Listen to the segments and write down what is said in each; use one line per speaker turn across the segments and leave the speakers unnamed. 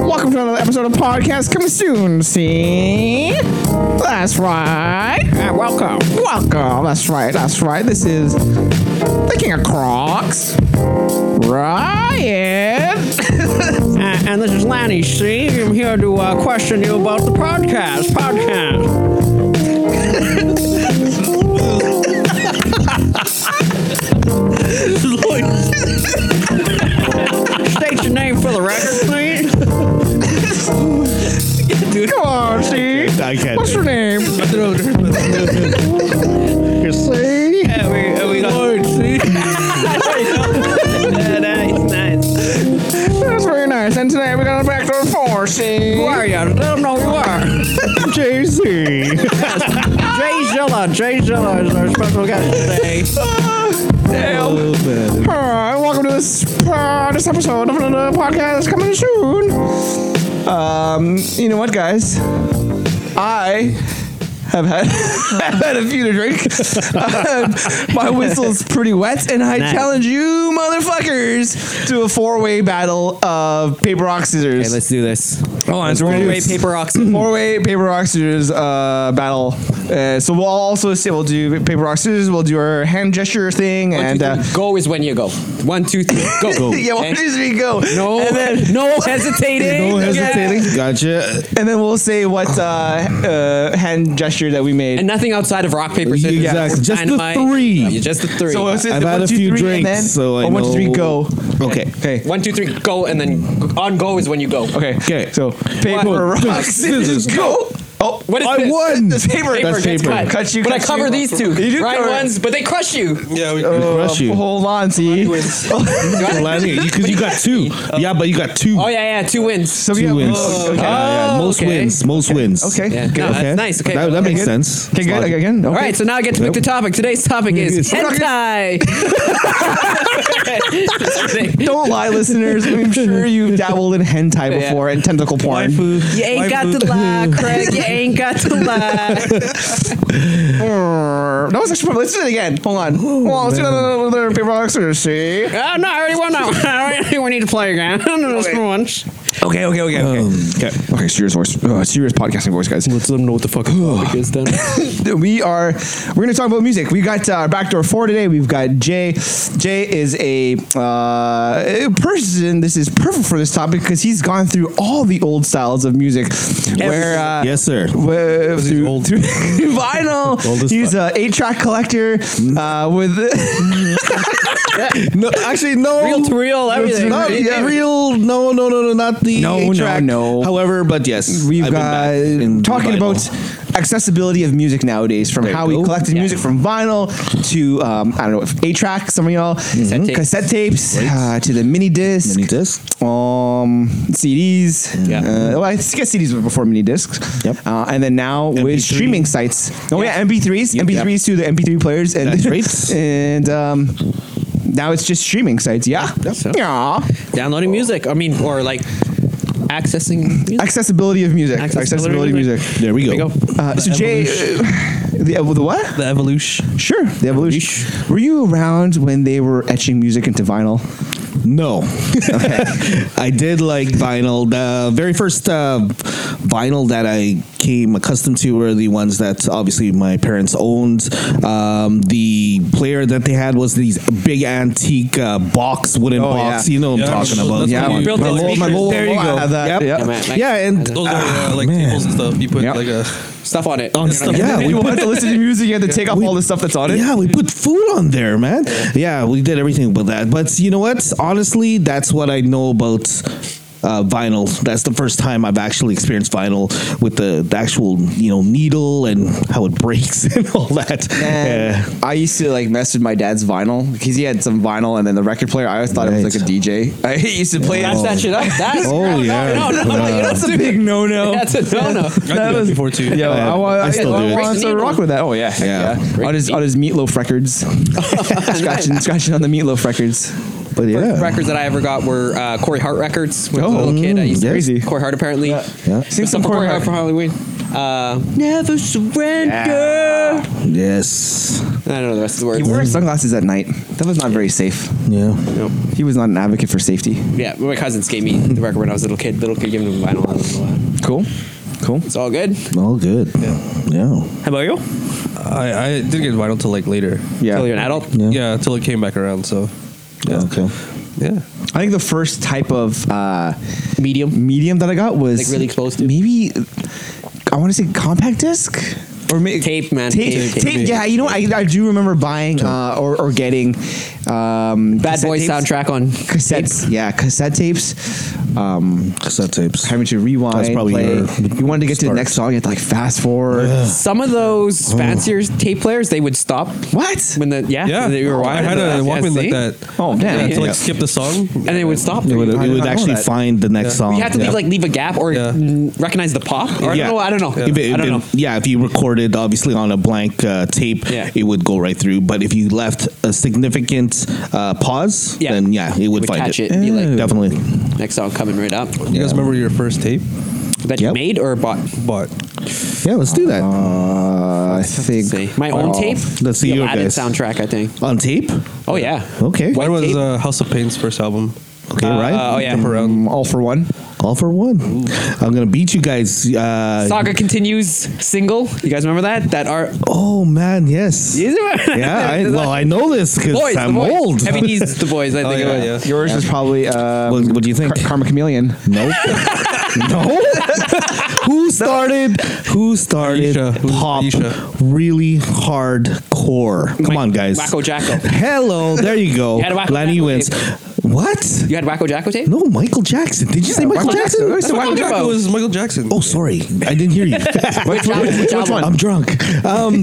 episode of podcast coming soon. See? That's right. Uh, welcome. Welcome. That's right. That's right. This is the King of Crocs. Ryan.
And, and this is Lanny, see? I'm here to uh, question you about the podcast. Podcast. State your name for the record, please.
Come on, see?
I can't.
What's your name?
See?
Yeah, we, uh, we Lord, see? yeah, nice, nice.
That's very nice. And today we're going to back to the four, see?
Who are you? Let them know who you are.
Jay Z.
Jay Zilla. Jay Zilla is our special guest today.
Ah,
Oh, man.
Alright, welcome to this uh, this episode of another podcast coming soon. Um, you know what, guys? I have had have had a few to drink. Um, my whistle's pretty wet, and I
Nice.
challenge you, motherfuckers, to a four way battle of paper rock scissors.
do this.
Hold on, so we're gonna
Four-way
do
paper rock scissors.
Four way paper rock scissors uh, battle. Uh, so we'll also say we'll do paper rock scissors. We'll do our hand gesture thing and.
One,
Uh,
two, three. go is when you go. One, two, three, go. go.
yeah, why
And
does we go?
no,
and then,
no hesitating.
No
Yeah.
hesitating. Gotcha.
and then we'll say what uh, uh, hand gesture that we made.
And nothing outside of rock, paper,
Yeah,
scissors.
exactly.
or
Just the
dynamite.
three.
Yeah, just the three.
so we'll say
I've
one,
had a
two,
few
three, and
drinks,
then
so I
one, two, three,
know-
go.
Okay.
Okay,
one, two, three, go, and then g- on go is when you go.
okay,
Okay.
So
One,
paper,
two,
rock, scissors,
scissors,
go. Oh,
What is
I
this?
won.
This paper.
Paper
That's
gets
paper.
cut.
Cut you,
but I
cut
cover
you.
these two.
You do
Right
cover it. Oh,
ones, but they crush you.
Yeah, we
We crush you.
Hold on, see.
Lanny, because you got two. Yeah, but you got two.
Oh yeah, yeah, two wins.
So we
Two
have,
wins.
oh, okay.
Yeah, yeah, most
okay.
wins. Most wins.
Okay.
yeah.
Good.
No, that's nice. Okay.
That, that
Okay,
makes
good.
sense.
Okay, good. Okay, again. Okay.
All right, so now I get to pick the topic. Today's topic is
Yes.
hentai.
Don't lie, listeners. I'm sure you've dabbled in hentai
Yeah.
before and tentacle porn.
you ain't got to lie, Craig. You ain't got to lie.
Brrr. That was actually fun. Let's do it again. Hold on. Hold on. Let's do another another paper rock scissors. See.
Uh, no, I already won that one. I already we need to play again. No, no, just for once.
Okay. Okay. Okay. Okay. okay. Okay. Serious voice. Uh, serious podcasting voice, guys.
Um, Let's let them know what the fuck topic is then.
we are we're going to talk about music. We got uh, backdoor four today. We've got Jay. Jay is a, uh, a person. This is perfect for this topic because he's gone through all the old styles of music. Where uh,
Yes, sir.
Where,
he's
through,
old.
through vinyl.
Old as
He's an eight-track collector uh, with
No, actually, no.
Real to real, everything.
Not
Yeah.
real. No, no, no, no. Not the
No, no,
eight track.
no.
However, but yes,
We've
I've been
got
back in
talking
vinyl.
about accessibility of music nowadays, from
There you
how we
go.
collected music from vinyl to um, I don't know, eight track, some of y'all
tapes.
cassette tapes, uh, to the mini disc,
mini disc.
um, CDs.
Yeah.
Uh, well, I guess CDs were before mini discs.
Yep.
Uh, and then now with
MP3.
streaming sites. Oh yeah, MP3s,
Yep.
MP3s to the MP3 players, and
That's right.
and um, now it's just streaming sites. Yeah.
So-
Yeah.
Downloading music. I mean, or like accessing music.
Accessibility of music. Accessibility,
Accessibility
of
of
music.
There we go.
Uh, so Jay, uh, the, uh, the what?
The evolution.
Sure, the evolution. Were you around when they were etching music into vinyl?
No, I did like vinyl. The very first uh, vinyl that I came accustomed to were the ones that obviously my parents owned. Um, the player that they had was these big antique uh, box, wooden
Oh,
box.
yeah.
You know what
Yeah,
I'm talking about?
that's
Yeah,
what
my-
we-
Built-in
my
speakers.
little-
There you
Oh, I
go.
had that,
Yep.
yeah.
Yeah,
man, like-
and
Those are uh, like tables and stuff. You put
Yep.
like a
Stuff on it.
On stuff,
what I mean?
yeah,
If
we
you
put-
wanted to listen to music, you had to take off
We-
all the stuff that's on it.
Yeah, we put food on there, man. Yeah, we did everything with that. But you know what? Honestly, that's what I know about uh, vinyl. That's the first time I've actually experienced vinyl with the, the actual, you know, needle and how it breaks and all that.
And I used to like mess with my dad's vinyl because he had some vinyl and then the record player. I always thought it was
Right.
like a DJ. I used to play
That's that shit up. That's
Oh,
no,
yeah.
No, no, no, you don't
That's a big no no.
That's a no no.
I did that before too.
Yeah,
I-
I, want,
I
I
still
I
do it.
want to
Great
rock
needle.
with that. Oh yeah, heck
Yeah.
yeah.
Great
On his on his meatloaf records, scratching scratching on the meatloaf records.
but yeah,
Records that I ever got were uh, Corey Hart records. When I was
Oh,
a little kid, I used to
crazy.
Corey Hart apparently.
yeah.
Sing
Some Corey Hart for Halloween. Uh,
Never surrender.
Yes.
I don't know the rest of the
He
words.
wore sunglasses at night. That was not very safe.
Yeah.
Nope.
He was not an advocate for safety.
Yeah, my cousins gave me the record when I was a little kid. Little kid giving me vinyl. I don't know why.
Cool. Cool.
It's all good.
All good.
Yeah.
Yeah.
How about you?
I, I did get vinyl till like later.
Yeah.
Till you're an adult.
Yeah.
Yeah, till it came back around. So Yeah.
Okay.
yeah,
I think the first type of uh,
Medium.
medium that I got was
Like really exposed to?
Maybe I want to say compact disc or maybe
Tape, man.
Tape,
Tape,
tape,
tape, tape.
Yeah, you know, I, I do remember buying uh, or or getting um,
Bad
cassette
Boys
tapes.
soundtrack on
Cassettes,
tape.
yeah, cassette tapes. Um,
Cassette tapes.
having to rewind,
That's probably
play.
your
you wanted to get to the
start.
next song, you had to like fast forward.
Some of those fancier tape players, they would stop
What?
when the yeah
yeah. Oh,
when they were
I
wired
had
to
a
that. Yeah,
Walkman
see?
like that.
Oh, damn.
Yeah, to like
Yeah.
skip the song.
and they would stop.
It would,
you.
it
I
would
did not know
actually
that.
find the next
Yeah.
song.
You had to
yeah.
leave like leave a gap or
Yeah.
mm, recognize the pop. Or
Yeah.
I don't know. I don't know.
If it-
I don't
if
know.
it- yeah, if you recorded obviously on a blank uh, tape,
Yeah.
it would go right through. But if you left a significant uh, pause,
Yeah.
then yeah, it would,
Would
find
catch it and be like-
Definitely.
Next song coming right up
You guys remember your first tape?
that you
Yep.
made or bought.
Bought.
Yeah, let's do that
Uh, I think
Say my own
Oh.
tape.
let's see
The
you
Aladdin
guys.
soundtrack. I think.
on tape.
Oh yeah.
Okay.
Mine
White
was
tape?
uh, House of Pain's first album.
Okay,
Uh,
right.
oh, yeah.
Jump around.
Um, all for one.
All for one. I'm gonna beat you guys. Uh,
Saga continues single. You guys remember that? That are
oh man, yes.
You remember?
Yeah. I, well, I know this because
boys.
I'm
the boys.
old.
Heavy knees. The boys. I
Oh,
think.
yeah,
it was.
yeah.
Yours is probably um,
What, what do you think?
Karma Chameleon.
No. no. who started? Who started
Aisha. Who's
pop
Aisha?
really hardcore? Come on, guys.
Wacko Jacko.
Hello, there you go.
You had a Wacko
Lanny
Jacko
wins. What?
You had Wacko Jacko tape.
No, Michael Jackson. Did you say Michael Jackson?
Jackson.
what I'm talking
Michael Jackson
about.
was Michael Jackson.
Oh, sorry, I didn't hear you.
Which album? Which album?
I'm drunk. Um,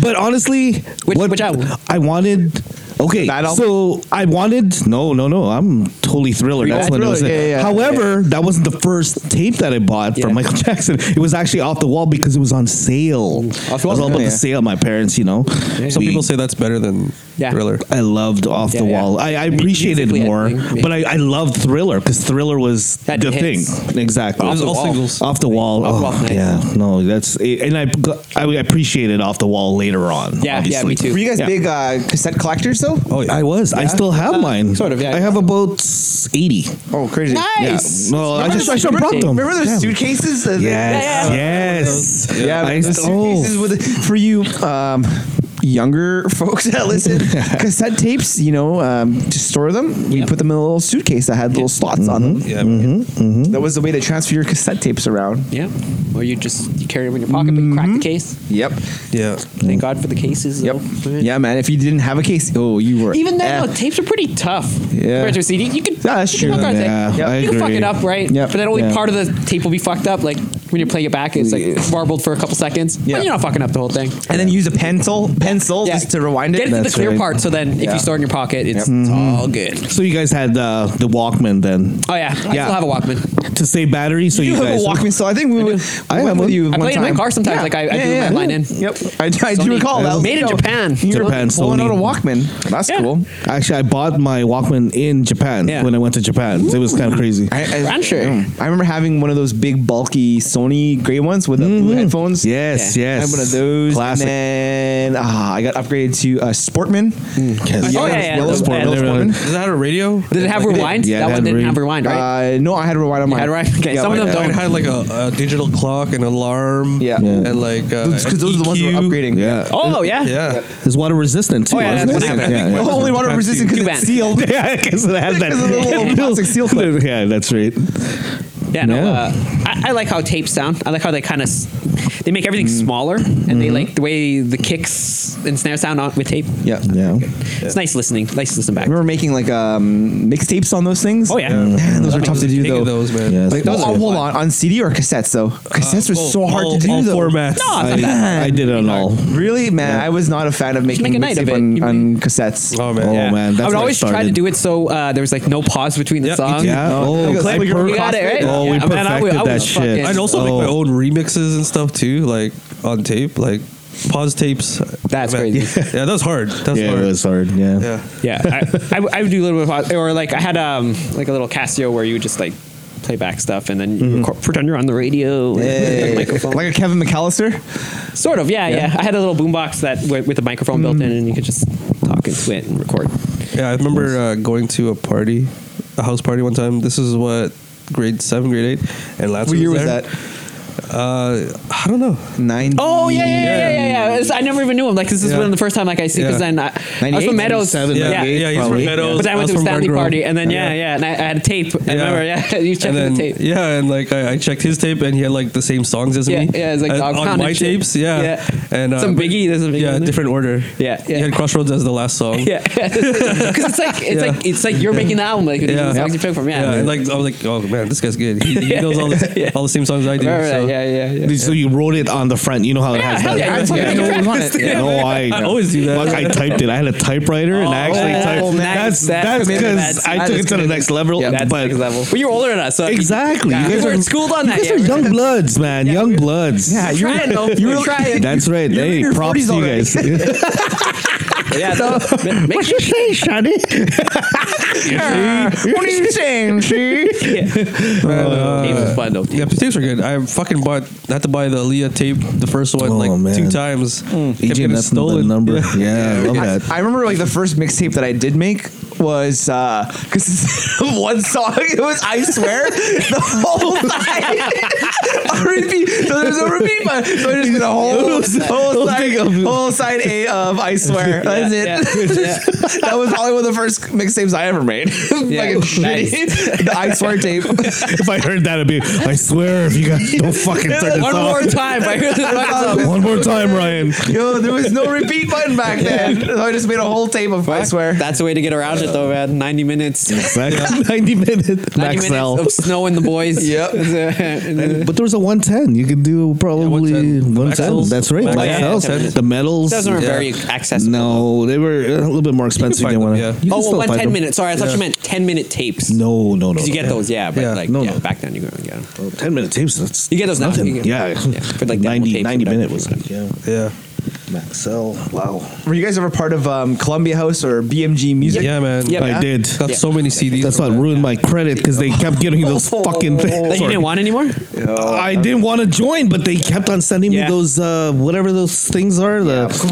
but honestly,
Which- which album?
I wanted. Okay,
That album?
so I wanted. No, no, no. I'm totally thriller. That's
Yeah,
what it was.
Thriller, yeah, yeah, yeah.
However, that wasn't the first tape that I bought
Yeah.
from Michael Jackson. It was actually off the wall because it was on sale. It was
Wall,
all about
yeah.
the sale. My parents, you know.
Some
We-
people say that's better than
Yeah.
Thriller.
I loved Off
Yeah,
the
yeah.
Wall. I, I appreciated
Musically, I
it more,
think,
but I, I loved Thriller because Thriller was
Had
the
hits.
thing. Exactly.
It was all singles.
Off the Wall.
Off the
oh,
Wall's nice.
yeah. No, that's it, and I I appreciated Off the Wall later on.
Yeah, yeah,
obviously.
me too.
Were you guys
Yeah.
big uh, cassette collectors though?
Oh, I was. I still have mine.
Uh, sort of, yeah.
I have about eighty.
Oh, crazy!
Nice.
Yeah. Well, I
Remember
just
the
I just brought
suitcase?
them.
Remember those
Yeah.
suitcases?
Uh,
that-
Yes.
Yeah,
Yes.
Yeah,
I
but the
still-
suitcases with for you um, younger folks that listen cassette tapes. You know, um, to store them, you put them in a little suitcase that had little slots on them.
Yeah. I mean,
Mm-hmm.
That was the way to transfer your cassette tapes around.
Yeah. Or you just you carry them in your pocket, but you crack
Mm-hmm.
the case.
Yep.
Yeah.
Thank God for the cases.
Yep.
though.
Yeah, man. If you didn't have a case, oh, you were
Even then,
eh.
though, tapes are pretty tough.
Yeah.
Compared to a CD, you could.
Yeah, that's
you could
true.
knock out a thing.
Yeah,
Yep.
I
You can fuck
agree.
it up, right?
Yep.
But then only
Yeah.
part of the tape will be fucked up. Like when you're playing it back, it's like warbled for a couple seconds.
Yeah.
But you're not fucking up the whole thing.
and then use a pencil, pencil just to rewind it.
Get it to the
That's
clear
right.
part, so then if
Yeah.
you store it in your pocket, it's, it's
Mm-hmm.
all good.
So you guys had uh, the Walkman then
Oh yeah, I
Yeah.
still have a Walkman.
to save battery. So you,
You have
guys
a Walkman, so I think we would. I have with you.
I
one
play it in my
time.
car sometimes, like, I- I do my line in.
Yep, I, I
Sony.
do recall that. was-
Made in
yo,
Japan.
You're
Japan,
pulling
Sony.
out a Walkman. That's
Yeah.
cool.
Actually, I bought my Walkman in Japan
Yeah.
when I went to Japan. It was kind of crazy.
I, I,
Rancher.
Mm. I remember having one of those big bulky Sony gray ones with the blue headphones.
Yes,
I
yes.
had one of those.
Classic.
And then ah, I got upgraded to a Sportman.
Yes.
Oh, yeah, yeah,
Yellow
those-
Sportman. Yellow
yeah,
those-
Sportman.
Does that have a radio?
Did it have
Like,
rewind?
Yeah,
that
it
one
had
didn't have
re-
rewind, right?
Uh, no, I had to rewind on mine.
had rewind? Okay, some of them
yeah.
don't.
It had like a, a digital clock, an alarm,
Yeah. Yeah.
and like uh,
Because those are the ones that
EQ.
were upgrading.
Yeah.
oh yeah.
Yeah,
It's water resistant too.
Oh, yeah,
wasn't
that's
it?
what
yeah,
happened.
yeah.
Only water
Vacuum.
resistant because
Too
it's
bad.
sealed.
Yeah, because it has that
Because of the little plastic seal clip.
Yeah, that's right.
Yeah, no.
Yeah.
Uh, I, I like how tapes sound. I like how they kind of they make everything smaller, and they like the way the kicks and snare sound on with tape.
Yeah.
Yeah.
It's nice listening. Nice to listen back.
I remember making like um, mixtapes on those things.
Oh yeah.
Man, those are tough to do
King
though.
of those man.
Yes.
Like, oh, hold on, on CD or cassettes though. Cassettes were
all-
so hard
Uh, all-
to do
all
though.
formats.
No, it's not bad.
I, I did it on all.
Really, man, I was not a fan of making
make a night of
mixtape
it.
on,
You
on cassettes.
Oh
Oh
man,
Yeah.
man, that's
I would
where
always
started.
try to do it so uh, there was like no pause between the
Yeah, you
songs.
do.
Yeah. Oh,
Like,
I
like your-
per-
You got it, right?
Oh, we
Yeah, man, I
perfected
would- I
that
was
shit.
fucking-
I'd also make
Oh.
my own remixes and stuff too, like on tape, like pause tapes.
That's
Man,
crazy.
Yeah, that was hard. That's
Yeah,
hard.
it was hard. Yeah.
Yeah.
Yeah, I, I, would- I would do a little bit of pause, or like I had um like a little Casio where you would just like playback stuff, and then you record, pretend you're on the radio. with a microphone.
like a Kevin McAllister.
Sort of, yeah, yeah, I had a little boombox that w- with a microphone built in, and you could just talk into it and record.
Yeah, I remember uh, going to a party, a house party one time. This is what grade seven, grade eight, and last
What year was
there.
that?
Uh, I don't know.
Nine.
Oh yeah, yeah, yeah, yeah, yeah. yeah. It's- I never even knew him. Like this is
Yeah.
one of the first time like I see because
Yeah.
then I, I was
98,
from Meadows.
97,
Yeah, yeah,
yeah.
he's
Probably.
from Meadows.
But then I went to the
was from
Stanley
Barngrove.
party, and then yeah, yeah, and I, I had a tape. I remember, yeah, you checked
And
the
then-
tape.
Yeah, and like I, I checked his tape, and he had like the same songs as
Yeah,
me.
yeah, it's like
Uh,
Dog
on
Pound
my
and shit.
tapes. Yeah,
Yeah.
and uh,
Some
but-
Biggie, there's a Biggie
Yeah,
in there.
different order.
Yeah, yeah.
He had Crossroads as the last song.
Yeah, because it's like it's
Yeah.
like it's like you're making the album. Like the
Yeah.
songs you pick from, yeah.
Yeah, and like I was like, oh man, this guy's good. He, he knows all the all the same songs I do.
Right, right,
so.
yeah, yeah, yeah.
So you wrote it on the front. You know how it has
hell
that.
yeah,
I
yeah,
fucking
yeah.
know on it.
Yeah, no, I,
I always do that.
Fuck, I typed it. I had a typewriter and I actually
yeah.
typed.
Oh, man.
that's
That's
that's
committed.
because
That's-
I
that
took
is
it to the
committed.
next level.
Yeah, that's
but
next level. But you're older than us, so
exactly,
Yeah,
you guys
we
are-
weren't schooled on
you
that.
guys are
yet.
young bloods, man. young bloods.
Yeah,
We're
you're
trying, though. We're trying.
that's right.
You're in
Hey,
your
props
40s
to you
already.
guys. What's
Yeah, so, ma- make sure,
your say, Shani?
what are you saying, she?
tapes was fun though.
Yeah, the tapes are good. I fucking bought had to buy the Leah tape, the first one,
Oh,
like
man. E
two times.
Mm.
Kept
EJ,
getting
that's the number. Yeah, I love
I,
that.
I remember like the first mixtape that I did make was uh, because one song it was I swear the whole time a repeat. So there's a repeat button. So I just did a whole whole side whole side A of I swear. That's it. that was probably one of the first mixtapes I ever made. Fucking shitty. The I swear tape.
If I heard that, I'd be. I swear, if you guys don't fucking turn this
One more
off
time. I hear the song.
one more time, Ryan.
Yo, there was no repeat button back then. So I just made a whole tape of I swear.
That's the way to get around it, though, man. Ninety minutes.
Max- Ninety minute
90
max
minutes
L.
of snow and the boys. yep.
But there was a 110. You could do probably 110.
110. Maxels.
That's right.
Maxels.
Max
Yeah,
Ls.
yeah.
The medals.
Those aren't
Yeah.
very accessible.
No, they were uh, a little bit more expensive
find
than
them,
one.
yeah.
you can
Oh, well,
still
one
find
10
them.
minute. Sorry, I thought you meant 10 minute tapes.
No, no, no.
Because you get those, yeah, but
Yeah.
like
No,
yeah,
no.
back then you couldn't get them.
no. 10 minute tapes. That's
You get those now.
nothing.
You get-
yeah.
yeah, for like demo
90,
tapes or
90
whatever.
minute was like, yeah.
Yeah,
Max L. Wow.
Were you guys ever part of um, Columbia House or BMG
yeah,
Music?
man.
Yeah.
I did.
Got
Yeah.
so many CDs.
That's what ruined my credit because they kept getting those fucking
That
things.
you didn't want anymore?
I didn't want to join, but they kept on sending
Yeah.
me those uh, whatever those things are, the
Well, that was the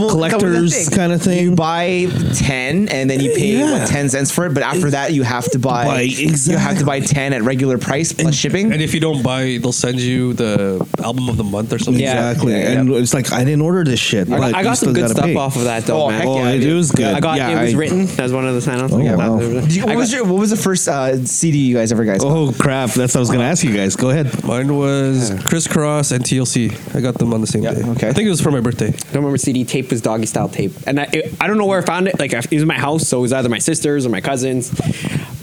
collectors kind of thing.
You buy ten, and then you pay
Yeah.
what, ten cents for it. But after that, you have to buy.
Buy-
You have to buy ten at regular price plus shipping.
And if you don't buy, they'll send you the album of the month or something.
Yeah.
Exactly. And it's like I didn't order this shit.
I
but
got, I
you
got
still
some good
gotta
stuff
pay.
off of that, though,
Oh,
man.
heck
Oh,
yeah,
it
dude.
was good.
I got
yeah,
it was
I-
written. That was one of the sign-ons.
Oh,
yeah,
wow.
Did you-
I
what,
got-
was your, what was the first uh, CD you guys ever guys? bought?
Oh crap! That's what I was gonna ask you guys. Go ahead.
Mine was crisscross and TLC. I got them on the same day.
okay.
I think it was for my birthday.
I don't remember CD tape was doggy style tape, and I, it- I don't know where I found it. Like I- it was in my house, so it was either my sister's or my cousin's.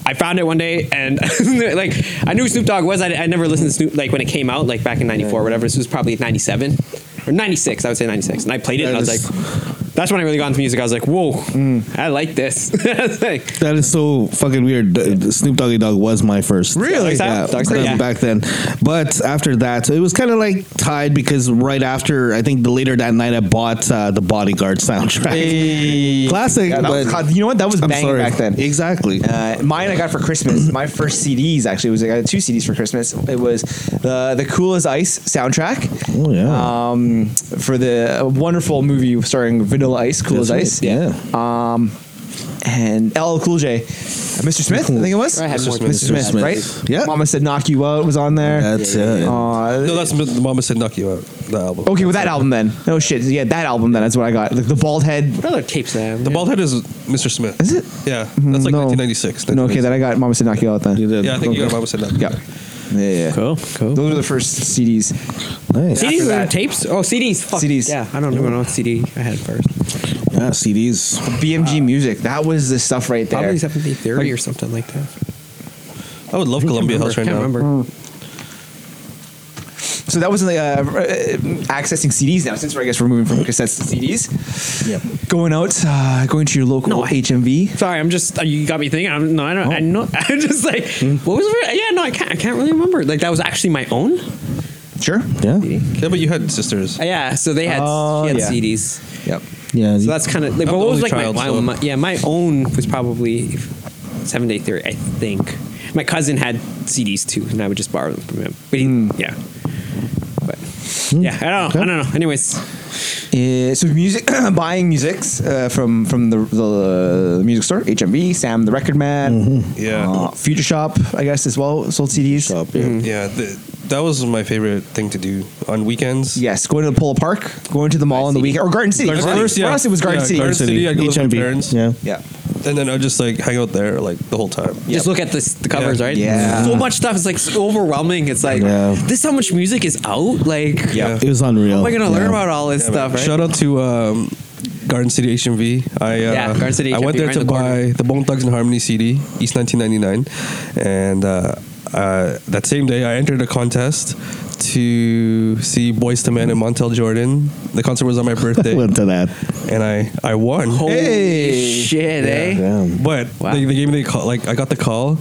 I found it one day, and like I knew who Snoop Dogg was. I, I never listened to Snoop like when it came out, like back in '94 or whatever. This was probably '97 or '96. I would say '96, and I played it, and I was
That
like, that's when I really got into music. I was like, whoa, I like this. Like,
That is so fucking weird. The- the Snoop Doggy Dogg was my first.
Really?
Yeah,
Doggy style,
back-
yeah.
Back then, but after that, so it was kind of like tied because right after I think the later that night I bought uh, the Bodyguard soundtrack. Classic,
Yeah, that was
but
hot. you know what? That was
I'm
banging
sorry.
back then.
Exactly.
Uh, mine I got for Christmas. My first CDs actually was I got two CDs for Christmas. It was uh, the the Cool as Ice soundtrack.
Oh, yeah.
Um, for the a wonderful movie starring Vanilla Ice, Cool
That's
as
right,
Ice.
yeah.
Um, and LL Cool J, Uh, Mr. Smith, I think it was.
I had more
Mr.
than
Smith,
Mr. Smith.
right?
Yeah.
Mama said "Knock You Out" was on there.
That's it.
Uh,
No, that's the Mama said knock you out. The album.
Oh,
okay, well that album then. No shit, yeah, that album then. That's what I got. The, the bald head.
what other tapes that?
The bald head is Mr. Smith.
Is it?
Yeah, that's like
No.
1996.
No, okay, that I got. Mama said "Knock You Out" then.
You did.
Yeah, I think you got Mama said knock. You
Yeah.
Out.
Yeah, yeah.
Cool, cool.
Those were the first CDs.
nice.
CDs or tapes? Oh, CDs. Fuck.
CDs.
Yeah, I don't even know what CD I had first.
Yeah, CDs.
BMG Music. That was the stuff right there.
Probably something theory or something like that.
I would love Columbia House right
can't
now.
remember.
So that was like, uh, uh, accessing CDs now. Since we're, I guess we're moving from cassettes to CDs.
Yep.
Going out, uh, going to your local
No, I-
HMV.
Sorry, I'm just uh, you got me thinking. I'm, no, I don't. I know. I'm just like, what was? it? Yeah, no, I can't. I can't really remember. Like that was actually my own.
Sure.
Yeah.
Yeah, but you had sisters.
Uh, yeah, so they had,
Oh,
she had
yeah.
CDs.
Yep.
Yeah.
So that's kind of like.
I'm
But
the
what was
only
like
child,
my, my,
so-
my- yeah my own was probably Seven Day Theory, I think. My cousin had CDs too, and I would just borrow them from him. But he,
Hmm.
yeah, but yeah, I don't, know. I don't know. Anyways,
Yeah, Eh, so music, buying musics uh, from from the, the uh, music store, HMV, Sam the Record Man,
Yeah.
uh, Future Shop, I guess as well sold CDs. Mm-hmm.
Yeah, th that was my favorite thing to do on weekends.
Yes, going to the Polo Park, going to the mall on the weekend, or Garden City.
Garden
For
City.
us- For us, it was Garden
Yeah,
City.
Garden City. I'd go with my
HMV.
parents.
Yeah.
Yeah,
And then I'd just like hang out there like the whole time.
just look at this, the covers, right?
Yeah.
so much stuff. It's like so overwhelming. It's like
Yeah.
this. How much music is out? Like,
Yeah.
It was unreal.
how am I gonna
Yeah.
learn about all this
Yeah,
stuff?
man.
Right?
Shout out to um, Garden City HMV. I uh,
Yeah, Garden City
I
HMV,
went there
right
to
in the corner.
buy the Bone Thugs and Harmony CD, East 1999, and uh, uh, that same day I entered a contest to see Boys to Men and Montel Jordan. The concert was on my birthday,
Went to that.
and I I won.
Holy
Hey.
shit, eh?
Damn.
But
Wow.
they, they gave me the call. Like I got the call,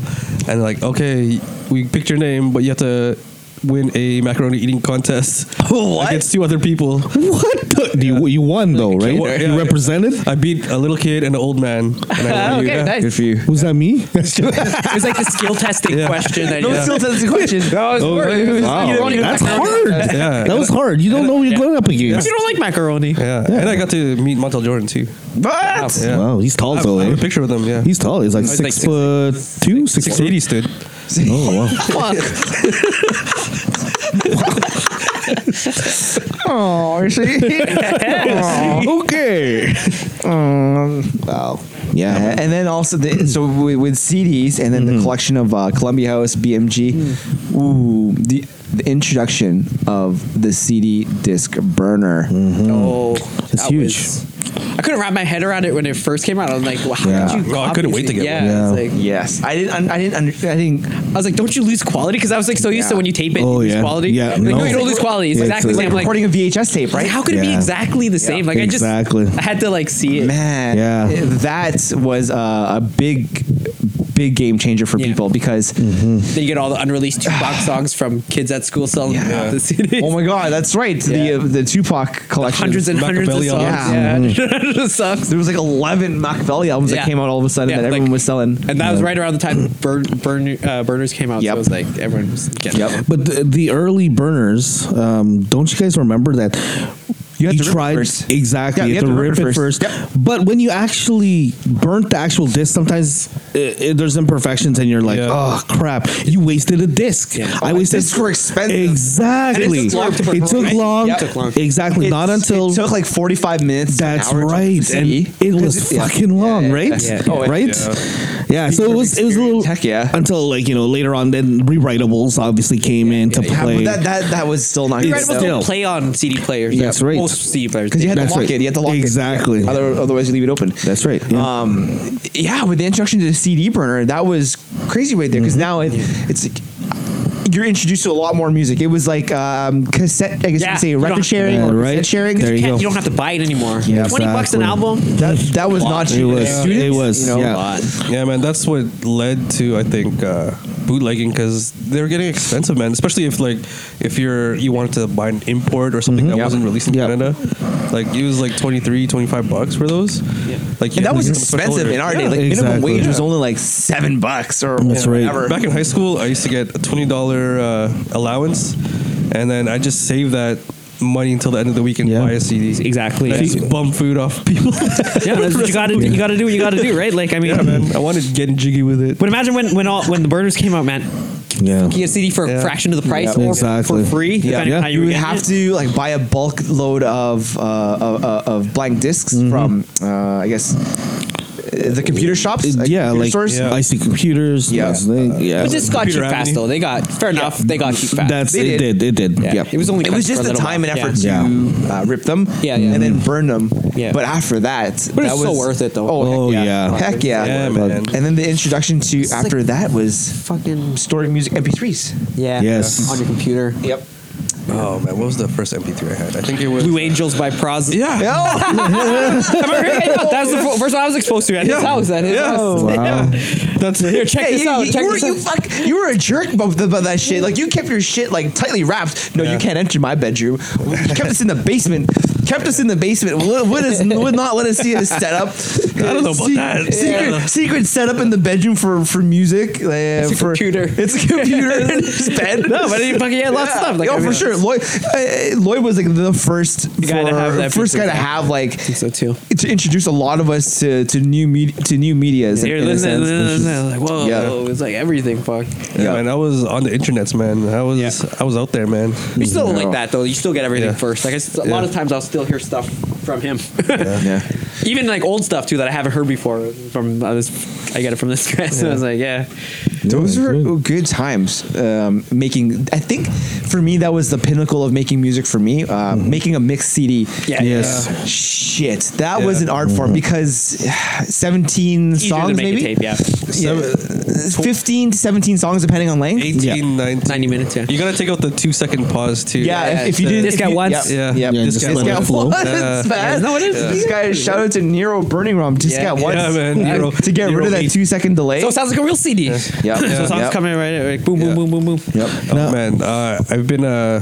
and like okay, we picked your name, but you have to win a macaroni eating contest against two other people.
What? the- You, you won though, right?
well, yeah.
you represented.
I beat a little kid and an old man. And I won.
Okay, nice.
good for you.
Was that me?
It's like the skill testing
Yeah.
question that
No,
you
still that's a question.
Oh,
Wow,
You don't even
that's
macaroni.
hard.
Yeah.
That was hard. You don't know what you're going up against.
You don't like macaroni.
Yeah. and I got to meet Montel Jordan too.
But
Yeah.
Wow, he's
I
tall
have,
though.
I have
eh?
a picture with him. Yeah,
He's tall. He's like
He's
six
like six-
foot two, six
six
foot-
eighty stood.
Oh wow.
oh, you see,
okay. wow.
Yeah,
Yeah.
and then also the, so with, with CDs and then
Mm-hmm.
the collection of uh, Columbia House, BMG.
Mm.
Ooh, the the introduction of the CD disc burner.
Oh,
It's
that
huge.
was- I couldn't wrap my head around it when it first came out. I'm like, well, how
Yeah.
did you?
Oh, I
copy
couldn't wait to
these?
get
yeah,
one.
Yeah.
it's like-
Yes, I didn't. Un- I didn't. Under, I didn't.
I was like, don't you lose quality? Because I was like so used to
Yeah.
when you tape it,
Oh,
you lose
yeah.
quality.
Yeah,
Like, no.
no.
you don't lose quality. It's
It's
exactly the
like
same. Like,
recording a VHS tape, right?
like, how could it be
Yeah.
exactly the same? Like, I just
Exactly.
I had to like see it.
Man,
Yeah.
that was uh, a big, big game changer for
Yeah. Mm.
people because
Then you get all the unreleased Tupac songs from kids at school selling
Yeah.
the CDs.
oh my god, that's right,
Yeah.
the uh, the Tupac collection,
hundreds and hundreds of songs.
Machiavelli
albums.
Yeah, hundreds of songs.
there was like eleven Machiavelli albums
Yeah.
that came out all of a sudden
Yeah,
that
like-
everyone was selling.
And that was right around the time burn, burn, uh, Burners came out. So
Yep.
it was like everyone was getting
Yep.
it.
But the, the early burners, um, don't you guys remember that?
You had to rip it
tried
first.
exactly.
Yeah,
you had to, rip, it first.
Yep.
But when you actually burnt the actual disc, sometimes it, it, there's imperfections, and you're like,
Yeah.
"Oh crap, you wasted a disc."
Yeah.
I wasted.
discs were expensive.
Exactly.
And it took long to
It took
perform.
long.
Yep.
Took long.
Exactly.
It-
Not until
it took like forty five minutes. to an
That's
hour to
right, and
see.
it was
Yeah.
fucking long,
Yeah,
right?
yeah,
yeah.
right?
Yeah.
Yeah. So it was it was a little
Heck yeah.
until like you know later on. Then rewritables obviously came in to
Yeah, but
play.
that, that that was still not good.
Incredibles
still-
don't play on CD players.
Yeah, that's right.
Most CD players.
Because you had
did.
to
That's
lock
right.
it. You had to lock it.
Exactly.
Other, otherwise, you leave it open.
That's right. Yeah.
Um, yeah, with the introduction to the CD burner, that was crazy right there. Because
Mm-hmm.
now it, it's like you're introduced to a lot more music. It was like um, cassette. I guess you
Yeah,
could say
you don't-
record sharing
Yeah,
or
right.
cassette sharing.
There
you,
you
can't-
go.
you don't have to buy it anymore.
Yeah,
Twenty bucks an
exactly.
album.
that that was not
it
cheap.
was.
Students,
it was.
you know, uh,
yeah.
Yeah, man, that's what led to I think uh, bootlegging because they were getting expensive, man. Especially if like if you're you wanted to buy an import or something that
Yep.
wasn't released in
Yep.
Canada, like it was like 23, 25 bucks for those. Yeah, like you
And
had
that
to
was
get them special
expensive
order.
in our day.
Yeah.
Like minimum
exactly.
wage was
Yeah.
only like seven bucks or
That's right.
whatever.
Back in high school, I used to get a twenty dollar uh, allowance, and then I just save that money until the end of the week and
Yeah.
buy a CD.
Exactly.
I just bum food off people.
Yeah, that's what you got to you got to do. What you got to do, right? Like I mean,
yeah, man. I wanted to get jiggy with it.
but imagine when when all when the burners came out, man.
Yeah.
You get a CD for a
Yeah.
fraction of the price,
Yeah.
or
Exactly.
for free.
Yeah.
depending on
Yeah.
how
you
were
would
getting
have
it.
to like buy a bulk load of uh, of, uh, of blank disks
Mm-hmm.
from uh, I guess uh, the computer shops, like
yeah,
computer
like
stores.
Yeah.
icy computers.
Yeah. Uh,
that's the thing, yeah.
But this got cheap
Computer
fast
Avenue.
though. They got fair enough. They got cheap fast.
That's
They
it.
did.
Did it did?
Yeah.
Yep.
It was only
It was
cut
just
for a
the
little
time
while.
and effort
Yeah.
to uh, rip them,
Yeah, yeah.
and then burn them.
Yeah.
But after that,
But
that
it's
was
so worth it, though.
Oh,
Oh,
heck yeah,
yeah.
heck yeah!
Yeah, man.
And then the introduction to after that was
Fucking
storing music MP3s.
yeah.
Yes.
On your computer.
Yep.
Oh man, what was the first MP3 I had? I think it was
Blue Angels by Proz.
Yeah.
Oh!
that was the fir- first one I was exposed to at his
Yeah.
house. At his
Yeah.
house.
Wow.
That's
Here,
it.
check
Hey,
this
you,
out.
you,
check
you were,
this
you,
out.
fuck, you were a jerk about, about that shit. Like you kept your shit like tightly wrapped. No, you
Yeah.
can't enter my bedroom. You kept this in the basement. kept us in the basement. Would, would, us, would not let us see his setup. I
don't know about that.
Secret, secret setup in the bedroom for for music. uh, for,
computer.
It's a computer in his bed.
No, but he fucking had lots of stuff, like,
oh,
I
for
mean,
sure. Lloyd, uh, Lloyd was like the first
guy to
for-
have that
first
piece
guy
of-
to have like
so too.
to introduce a lot of us to to new media to new medias. in-
You're
in a
listening,
sense.
like whoa,
Yeah.
it's like everything. Fuck.
Yeah, man, I was on the internets, man. I was I was out there, man.
You still like that though. You still get everything
Yeah.
first. Like it's, a lot of
Yeah.
times, I'll still hear stuff from him.
Yeah.
Even like old stuff too that I haven't heard before. From I, was, I get it from this guy. So I was like, yeah.
Those were good times. Um, making, I think for me, that was the pinnacle of making music for me. Uh, Making a mixed CD.
Mm-hmm. Yeah. Yes.
Shit, that
Yeah.
was an art form because 17
Easier
songs,
to make
maybe?
a tape. Yeah,
Yeah. 15 to 17 songs, depending on length.
18, 19.
ninety minutes. Yeah.
You gotta take out the two second pause too.
Yeah,
Yeah,
if, if you
the-
didn't
This
if
guy
you-
once.
yeah,
Yeah.
yeah,
Yeah,
this
just let
guy
it
once,
flow.
man.
No, it is.
This guy, shout out to Nero Burning Rum. Just
Yeah.
got once
Yeah, man,
to-
Nero-
to get rid
Nero
of that
eight.
two second delay.
So it sounds like a real CD.
yeah,
So songs
yeah.
coming right, like boom, boom,
Yeah.
boom, boom, boom.
Yep.
Oh man, uh, I've been uh,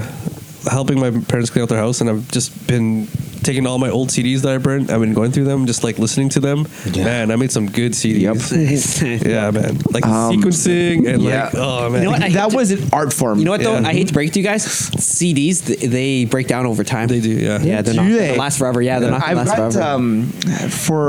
helping my parents clean out their house, and I've just been taking all my old CDs that I burnt. I've been going through them, just like listening to them. Man, I made some good CDs. Yeah, man. Like
Um,
sequencing and
yeah.
like, oh man.
You know what? I hate
That
to-
was an art form.
You know what though?
Yeah.
I hate to break it to you guys. CDs th- they break down over time.
They do, yeah.
Yeah, Uh, they're
Do
not
they?
they? They last forever. Yeah, they're not gonna
eh. I've
last
got
forever.
um, for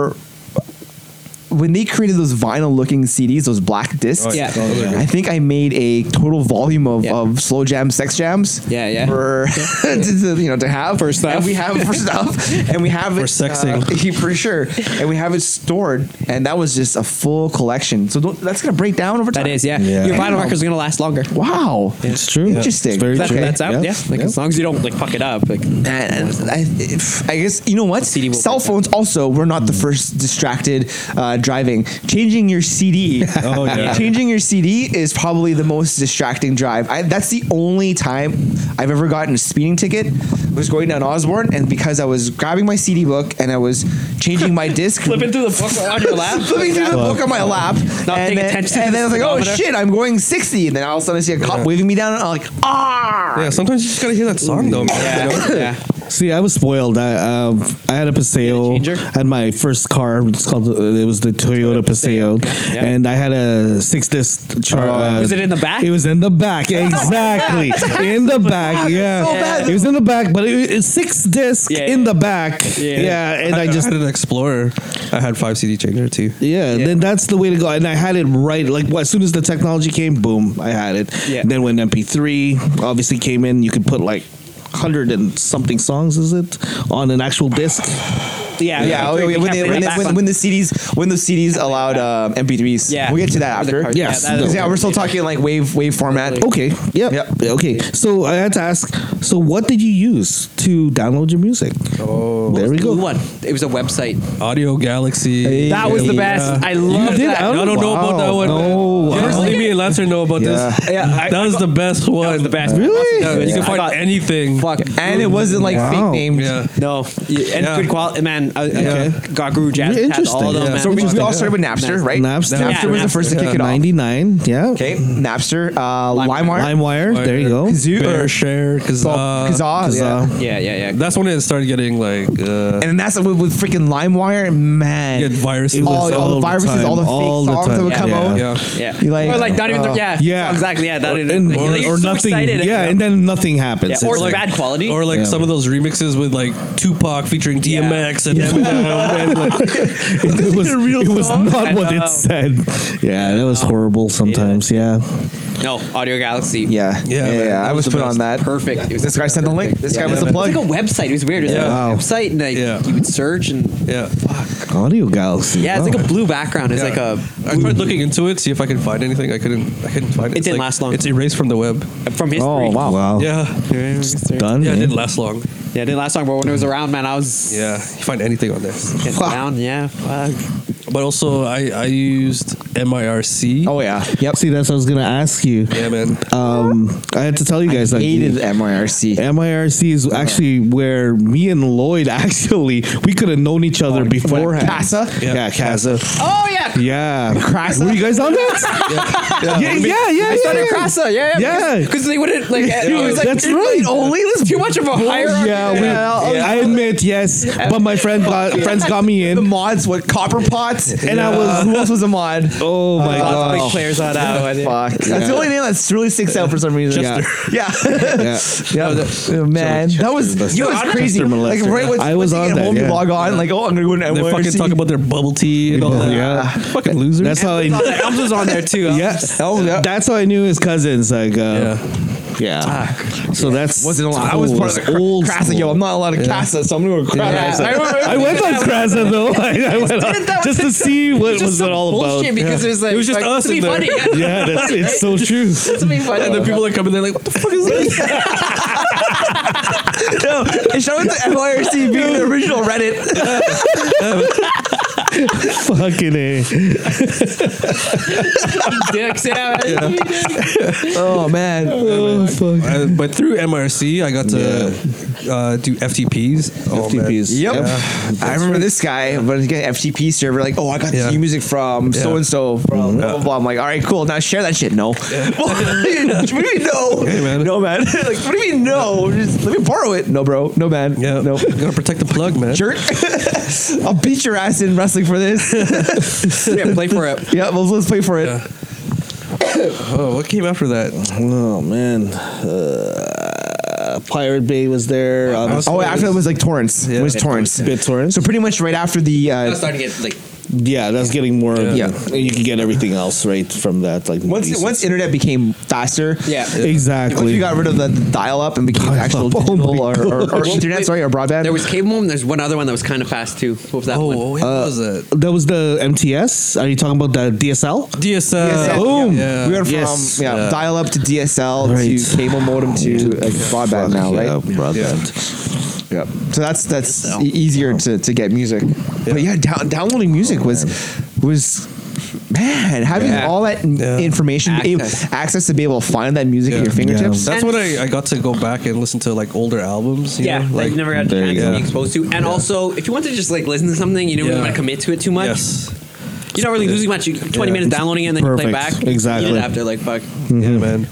when they created those vinyl looking CDs, those black discs.
Oh,
yeah.
Oh,
I think I made a total volume of,
Yeah.
of slow jams, sex jams.
Yeah, yeah.
For to, to, you know to have for
stuff.
and we have for stuff, and we have
For
it,
sexing.
uh, for sure, and we have it stored, and that was just a full collection. So don't, that's gonna break down over time.
that is, yeah.
Yeah.
Your
Damn.
vinyl records are gonna last longer.
Wow.
It's true.
Interesting.
It's very
That,
Okay.
true.
That's out. Yeah.
Yeah.
Like as long as you don't like fuck it up. Like
And and I, if- I guess you know what?
CD will
Cell
break
phones also were not
Hmm.
the first distracted uh, driving. Changing your CD,
Oh, yeah.
changing your CD is probably the most distracting drive. I, that's the only time I've ever gotten a speeding ticket. was going down Osborne, and because I was grabbing my CD book and I was changing my disc,
flipping through the book on your lap.
flipping through the book on my lap,
Not
and
paying
then,
attention to
and
the
then I was like, "Oh
speedometer."
shit, I'm going 60," and then all of a sudden I see a cop waving me down, and I'm like, "Ah!"
Yeah, sometimes you just gotta hear that song though, man. you know?
Yeah. yeah.
See, I was spoiled. I um, I had a Paseo.
changer?
had my first car. It's called. uh, It was the Toyota Paseo,
Yeah.
and I had a six disc. Char- uh,
Was it in the back?
It was in the back. Exactly, in the back. Yeah,
so bad.
it was in the back, but it, it's six disc
Yeah,
in
yeah.
the back. Yeah,
Yeah.
and I
I just
just.
had an Explorer. I had five CD changer too.
Yeah, then that's the way to go. And I had it right, like well, as soon as the technology came, boom, I had it.
Yeah.
Then when MP3 obviously came in, you could put like hundred and something songs, is it, on an actual disc?
Yeah.
Yeah,
You
when,
can't
when, they,
play
when,
it
they,
back
when,
on-
when the CDs when the CDs allowed um, MP3s.
Yeah.
we'll get to that
With the
after.
cards. Yeah, Yes. that is-
yeah, we're still talking like wave wave format.
Okay. Yep.
Yep.
Okay. So I had to ask. So what did you use to download your music? Oh, there we
Blue
go.
one. It was a website.
Audio Galaxy.
That was the best. I love
did?
that.
I
I don't know about that one.
No.
Yeah, only me and Lancer know about this.
Yeah, I-
that was the best one.
That was the best.
Really?
Yeah, you
Yeah.
can
I
find
got-
anything.
Fuck.
and it wasn't like
Wow.
fake named.
Yeah.
No, yeah, and
Yeah.
good quality, man. I,
Yeah.
I got Guru Jazz.
Really
had All of them,
interesting.
man.
So we, we all
Interesting.
started with Napster, right?
Napster.
Napster was the first to kick it off.
Ninety nine. Yeah.
Okay, Napster, uh, LimeWire,
LimeWire. There uh, you go. uh,
Kazoo,
Bear
or
share because
Kazaa, yeah.
Kazaa.
Yeah, yeah, yeah.
that's when it started getting like uh,
And then that's with, with freaking LimeWire, man.
Get viruses
all,
all
all the
the
viruses,
time,
all the fake
all the
songs that
time.
would come
Yeah.
out.
yeah.
Yeah.
You like-
or like not even,
uh,
yeah.
yeah.
Exactly, yeah. That
Or,
is-
and-
like,
or,
you're
or
so
nothing.
excited.
yeah, and then nothing happens.
Yeah, or
It's
it's
like-
bad quality.
Or like
Yeah.
some of those remixes with like Tupac featuring
Yeah.
DMX and Eminem. and, like,
it was, it was not
I
what
know.
it said. Yeah, that was horrible sometimes. Yeah.
no, Audio Galaxy.
Yeah,
Yeah,
yeah.
man,
yeah. I
that
was
was the
put on
best.
that.
Perfect. It was
This guy sent the link. This guy was the
man.
plug.
It's like a website. It was weird. It was like
Yeah.
a
Wow.
website, and like
Yeah.
you would search and
yeah,
Audio Galaxy.
yeah, it's
wow.
like a blue background. It's
yeah.
like a
I tried looking into it, see if I could find anything. I couldn't. I couldn't find it.
It
It's
didn't
like-
last long.
It's erased from the web.
from history.
Oh wow,
wow.
Yeah, yeah,
Done.
it
man.
didn't last long.
Yeah, it didn't last long, but when it was around, man, I was
Yeah, you find anything on there.
getting down. Yeah, fuck.
But also, I, I used MIRC.
Oh yeah. Yep.
See, that's what I was gonna ask you.
Yeah, man.
Um, I had to tell you guys that
Hated the MIRC.
MIRC is actually where me and Lloyd actually we could have known each other beforehand.
Casa?
yeah, yeah Casa,
Oh yeah.
yeah.
Casa?
Were you guys on that? yeah, yeah, yeah. yeah,
I started Casa, yeah, yeah,
Yeah.
because they wouldn't like. It was like
That's
it's
right.
Only this too much of a hierarchy.
Yeah, we,
Yeah.
I admit, yes, but my friend got, friends got me
The
in,
mods what copper pots, and I
Yeah.
was who else was a mod?
Oh my
Uh,
God.
Big players on that one.
Fuck. uh, That's the only name that's really sticks out for some reason.
Yeah.
Yeah. Yeah. Oh, man. That was,
Chester
that was crazy. Like, right when
I was
when you
on
get
that,
home, you
yeah.
log on, like, oh, I'm going to go to
And they fucking
NYC.
talk about their bubble tea and all that.
Yeah.
Fucking losers.
That's how I knew.
Elms was on there too.
Yeah,
yeah.
that's how I knew his cousins. Like, uh,
yeah.
yeah. So that's
Wasn't a lot. I was part of the
old
Crasa.
school.
Yo, I'm not allowed to Casa, so I'm going to go to Crasa.
I went on Krasa though. I, I went on just to see what was it all about.
Bullshit, because it was like
was just
like,
us
to be
in there.
funny.
Yeah, that's it's so true.
to be funny.
And the people that come in, they're like, what the fuck is this?
Yo, and shout out to MIRC being the original Reddit.
Fucking a.
dicks. Yeah,
Oh, man.
Oh, fuck.
Uh, but through MRC, I got to uh, do FTPs. Oh, man.
FTPs.
Yep.
Yeah.
I remember this guy when he got an FTP server, like, oh, I got
Yeah.
this new music from so and so, from blah, blah, blah. I'm like, all right, cool. Now share that shit. No. what do you mean, no?
man.
No, man. like, what do you mean, no? Just let me borrow it. No, bro. No, man.
Yeah.
No.
You gotta protect the plug, man.
Jerk. I'll beat your ass in wrestling for this.
yeah, play for it.
yeah, well, let's play for it.
Yeah. Oh, what came after that?
Oh man, uh, Pirate Bay was there. Um, Obviously.
Oh, wait, after that was like Torrance. It was Torrance.
BitTorrent.
So pretty much right after the uh,
starting to get like
yeah, that's getting more.
Yeah.
Yeah, and you can get everything else right from that. Like
once
decent.
once internet became faster,
Yeah.
Once
exactly.
we got rid of the dial up and became actual
Oh
digital
my
or, or, or
Well,
internet,
wait,
sorry, or broadband.
there was cable and there's one other one that was kind of fast too. What was that one?
Oh, what was that?
that was the MTS. Are you talking about the DSL?
DSL.
DSL.
boom.
Yeah.
we went from
Yes.
yeah,
Yeah.
dial up to DSL
Right.
to cable modem to like, broadband now,
Yeah,
right?
broadband.
Yep. So that's that's e- easier to, to get music. But yeah, down, downloading music was was man having
Yeah.
all that
Yeah.
information access.
Access.
access to be able to find that music at
Yeah.
your fingertips.
That's when I, I got to go back and listen to like older albums. You
yeah,
know?
that
like
you never had the
there you
chance to
go.
be exposed to. And also, if you want to just like listen to something, you don't
Yeah.
really want to commit to it too much.
Yes.
You're not really losing much. You 20
Yeah.
minutes downloading it and then you play
Perfect.
back.
Exactly.
You did After like fuck.
Yeah, man.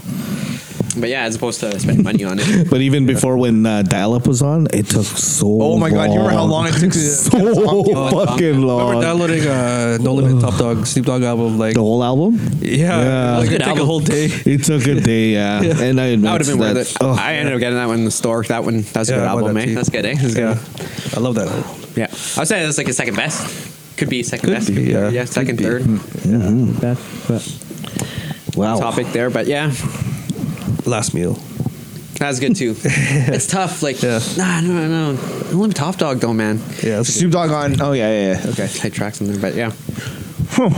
But yeah, as opposed to spending money on it.
But even before when uh, dial-up was on, it took so.
Oh my god, you remember how long it took to
so Oh, fucking
I Uh, remember
long.
downloading uh, No Limit Top Dog Snoop Dogg album. Like,
The whole album?
yeah,
Yeah.
it was
Good
gonna take a
album.
whole day.
It took a day, yeah. And I admit
That would have been
that,
worth it.
oh,
I ended up getting that one in the store. That one, that was a
Yeah,
good
I bought
album,
that
man.
too.
That's good, eh? That's
Yeah,
good.
I love that album.
Yeah. I would say that's like a second best. Could be second
Could
best.
be, yeah.
yeah,
Could
second,
be. Mm.
third
wow.
topic there. But yeah,
Last meal.
That's good too. it's tough. Like,
Yeah.
nah, no, no, no. Only Top Dog though, man.
Yeah, that's
Snoop Dogg on. Oh yeah, yeah, yeah.
Okay, I tracks in there, but yeah.
Huh,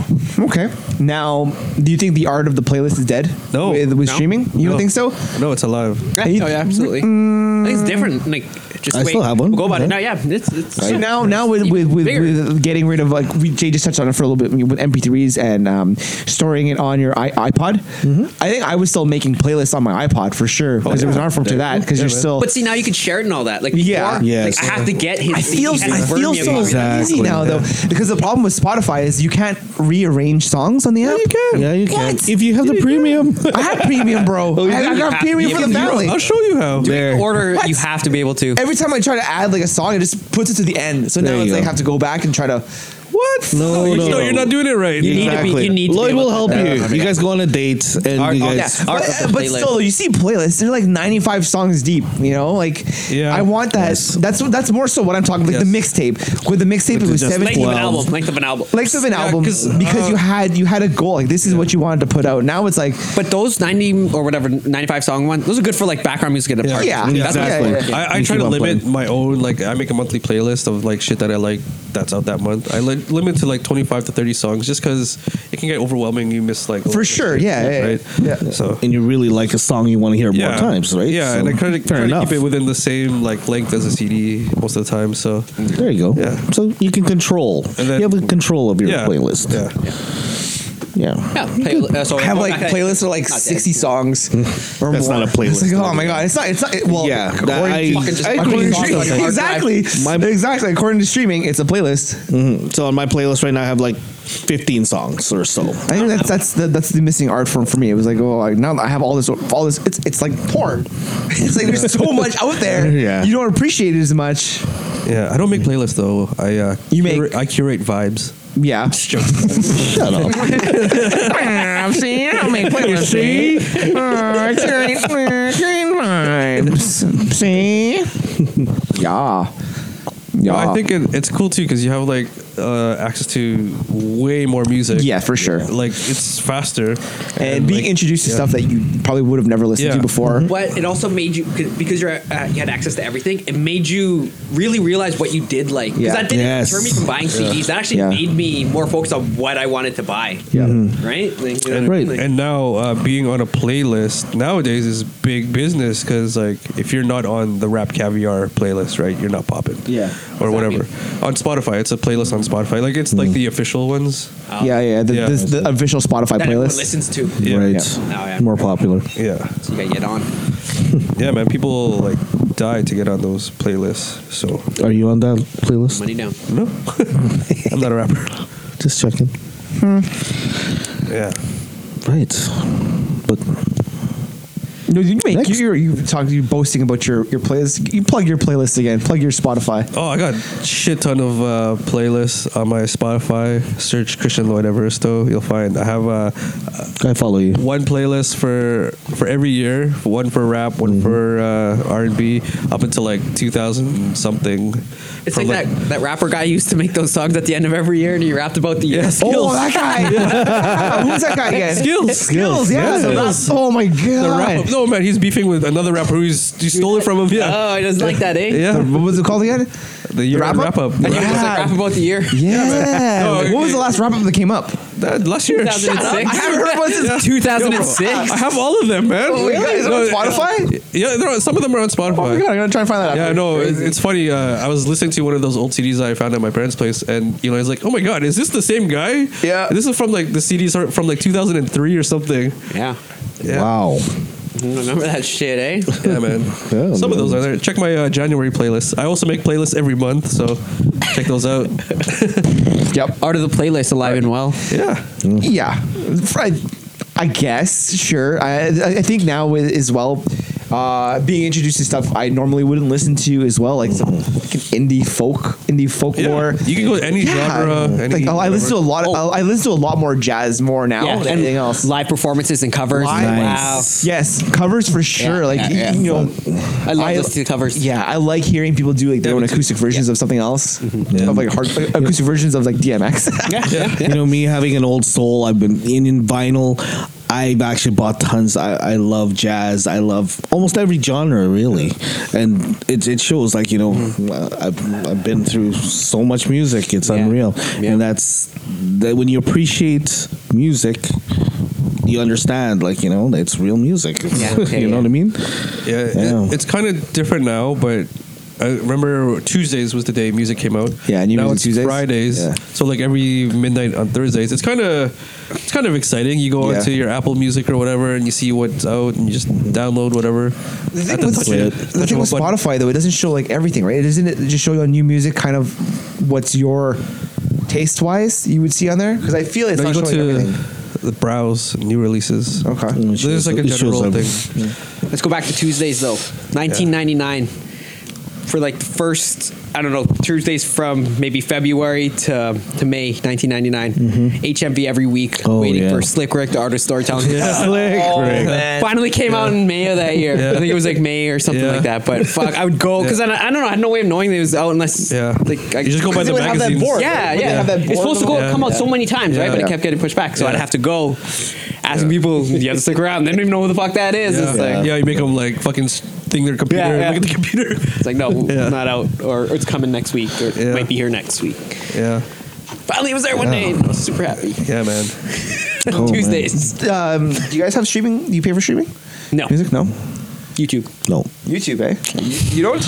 okay. Now, do you think the art of the playlist is dead?
No.
With, with
No.
streaming, you
No.
don't think so?
good. no, it's alive.
Oh
you-
yeah, absolutely.
mm,
I think it's different. Like, just
I
wait.
still have one.
We'll go about
Yeah.
it. No, yeah, it's it's.
So
yeah.
now, now with
even
with, with,
bigger.
with getting rid of like we, Jay just touched on it for a little bit with MP3s and um, storing it on your I, iPod.
Mm-hmm.
I think I was still making playlists on my iPod for sure
Oh,
because there was an art form to that because you're
man.
still.
But see, now you can share it and all that. Like,
Yeah.
before,
Yes.
Like, I have to get his.
I feel
CD and
I
burn
feel
me a
so
copy.
easy
Exactly,
now though because the problem with Spotify is you can't rearrange songs on the app.
Yeah, you can.
What?
If you have the premium. Oh,
I have premium, bro. I, I got
have-
premium
you
for the
have-
family.
I'll show you how.
There.
Order.
What?
You have to be able to.
Every time I try to add like a song, it just puts it to the end. So
There
now
you
it's like
go.
have to go back and try to. What?
No, no,
you know, you're not doing it right.
need to be- you need to be
Lloyd
able
will
to-
help
Yeah,
you.
okay.
You guys go on a date and
Our-
you
oh,
guys.
yeah. Art
but, uh,
of the
but
playlist.
still, you see playlists. They're like ninety-five songs deep. You know, like
Yeah.
I want that. That's what. That's more so what I'm talking. Like
Yes.
the mixtape. With the mixtape, it was
just
seventeen.
Length of an
Well.
album. Length of an album.
Length of an
Yeah,
album
'cause,
because
uh,
you had you had a goal. Like this is what you wanted to put out. Now it's like
But those ninety or whatever ninety-five song one, those are good for like background music at a party.
yeah,
That's what-
Exactly.
yeah, yeah.
I, I
You
try
keep
to
on
limit
playing.
my own. Like, I make a monthly playlist of like shit that I like that's out that month. I li- limit limit to like 25 to 30 songs just because it can get overwhelming. You miss like a lot
For
of
sure,
shit,
yeah, yeah,
right.
yeah.
So
and you really like a song you want to hear more times, right?
Yeah,
So,
and I try to,
fair
try to
enough.
keep it within the same like length as a CD most of the time. So
there you go.
Yeah.
So you can control.
And then-
you have a control of your
yeah,
playlist.
Yeah.
Yeah.
Yeah, play, uh, so
have like playlists of like
Not dead.
sixty songs. or
That's
more.
not a playlist.
It's like, oh my god, it's not. It's not. It, well,
Yeah, that-
according
I-
to-
Fucking
just
according
fucking
to
songs
streaming-
on your hard
exactly, exactly. According to streaming, it's a playlist.
Mhm. So on my playlist right now, I have like 15 songs or so.
I think that's that's the that's the missing art form for me. It was like, oh, like, now that I have all this, all this. It's it's like porn. It's like there's so much out there.
Yeah.
you don't appreciate it as much.
Yeah, I don't make playlists though. I uh,
You make-
curate, I curate vibes.
Yeah,
Shut up.
I'm seeing. Uh, I don't make playlists. See, uh, curate, vibes. See, yeah, yeah.
I think it, it's cool too because you have like uh, access to way more music.
Yeah, for sure.
Like it's faster and,
and being
like,
introduced to
yeah.
stuff that you probably would have never listened to
Yeah. Mm-hmm.
before.
But it also made you 'cause- because you're uh, you had access to everything. It made you really realize what you did like. Because
Yeah.
that didn't
Yes.
deter me from buying CDs. That actually
Yeah.
made me more focused on what I wanted to buy.
Yeah.
Right. Like, you know,
And,
Right.
like-
and now uh, being on a playlist nowadays is big business because like if you're not on the rap caviar playlist, right, you're not popping.
Yeah.
Or
What's that
whatever. On Spotify, it's a playlist on Spotify. Like it's like
Mm.
the official ones.
Oh.
yeah, yeah. The,
Yeah.
This, the official Spotify
that everyone
playlist.
listens to.
Yeah.
Right.
Oh, yeah.
More popular.
Yeah.
So you gotta get on.
Yeah, man. People like die to get on those playlists. So
Are you on that playlist?
Money down.
no, I'm not a rapper.
Just checking.
Yeah.
Right. But
No, you make
Next.
you you're- you talk you boasting about your your playlist. You plug your playlist again. Plug your Spotify.
Oh, I got shit ton of uh, playlists on my Spotify. Search Christian Lloyd Evaristo. You'll find I have uh,
I follow you.
one playlist for for every year. One for rap, one
Mm-hmm.
for uh, R and B, up until like 2000 something.
It's
From,
like, that that rapper guy used to make those songs at the end of every year, and he rapped about the year.
Yes.
Oh, that guy. Who's that guy again?
Skills.
Skills. Yeah.
Yeah.
so that's- oh my god.
The rap, no man, he's beefing with another rapper who's he stole it from him.
Uh,
Yeah,
Oh, he doesn't like that, eh?
yeah.
The- what was it called again?
the year
wrap
wrap,
up?
up.
And he was just like
Yeah.
rap about the year.
Yeah.
No,
what was the last rap up that came up?
That- last
I
year.
haven't heard one since
2006.
I have all of them, man.
Oh, really? Is it on
No, uh,
Spotify?
Yeah, there are, some of them are on Spotify.
Oh my god, I'm gonna try and find that. out.
Yeah, no, it's, it's funny. Uh, I was listening to one of those old CDs I found at my parents' place, and you know, I was like, "Oh my god, is this the same guy?"
Yeah.
this is from like the CDs are from like 2003 or something.
Yeah.
Yeah.
Wow.
Remember that shit, eh?
Yeah, man.
Yeah,
Some of
man.
those are there. Check my uh, January playlist. I also make playlists every month, so check those out.
Yep.
Art of the playlist, alive and well.
Yeah,
Yeah, I, I guess sure. I I think now with as well, uh, being introduced to stuff I normally wouldn't listen to as well, like some fucking indie folk, indie folklore.
you can go any genre. Any
like oh, I listen to a lot. Of,
Oh.
I listen to a lot more jazz more now than anything else.
live performances and covers.
Live-
Wow.
Yes, covers for sure.
Yeah,
like
yeah,
y-
yeah.
you know,
I love listening to covers.
Yeah, I like hearing people do like their
Yeah, Mm-hmm.
own
me too.
acoustic versions of something else, of like hard acoustic versions of like DMX.
You know me having an old soul. I've been in, in vinyl. I've actually bought tons. I, I love jazz. I love almost every genre, really, and it, it shows. Like you know, I've, I've been through so much music. It's
Yeah.
unreal,
Yeah.
and that's that. When you appreciate music, you understand. Like you know, it's real music.
Yeah.
you
Yeah,
know
yeah.
what I mean?
Yeah, it-
Yeah.
it's kind of different now, but I remember Tuesdays was the day music came out.
Yeah, new
now
music
it's
Tuesdays.
Fridays.
Yeah.
So like every midnight on Thursdays, it's kind of it's kind of exciting. You go
Yeah.
onto your Apple Music or whatever, and you see what's out, and you just download whatever.
The
At
thing,
the
with,
touch of-
the
touch
thing
of
with
a button.
Spotify though, it doesn't show like everything, right? It doesn't it just show you on new music, kind of what's your taste wise you would see on there? Because I feel it's
No, you
not
go
showing
to
everything.
the browse new releases.
Okay.
It
There's
shows-
like a
it shows
general
every-
thing.
Let's go back to Tuesdays though. 1999. For like the first, I don't know, Tuesdays from maybe February to, to May 1999.
Mm-hmm.
HMV every week,
Oh,
waiting
yeah.
for Slick Rick, the art of storytelling.
Slick
Oh,
Rick.
Finally came out in May of that year. I think it was like May or something
Yeah.
like that. But fuck, I would go because I, I don't know. I had no way of knowing that it was out unless
Yeah.
like I,
You just go by
Because they
the
would have that
magazines.
board.
yeah,
Wouldn't they
yeah.
have that
it's
board
supposed to
on
go
the-
come out so many times, right? But
Yeah.
it kept getting pushed back, so I'd
Yeah.
have to go asking people, "You have to stick around." They don't even know who the fuck that is.
Yeah.
It's like,
yeah, you make them like fucking s- thing their computer.
Yeah, yeah.
Look at the computer.
it's like no,
Yeah.
not out, or, or it's coming next week, or
Yeah.
it might be here next week.
Yeah.
Finally, it was there one day. and I was super happy.
Yeah, man.
Oh, man.
Tuesdays.
Um, do you guys have streaming? Do you pay for streaming?
No,
Music? No.
YouTube.
No,
YouTube, eh? You, you don't?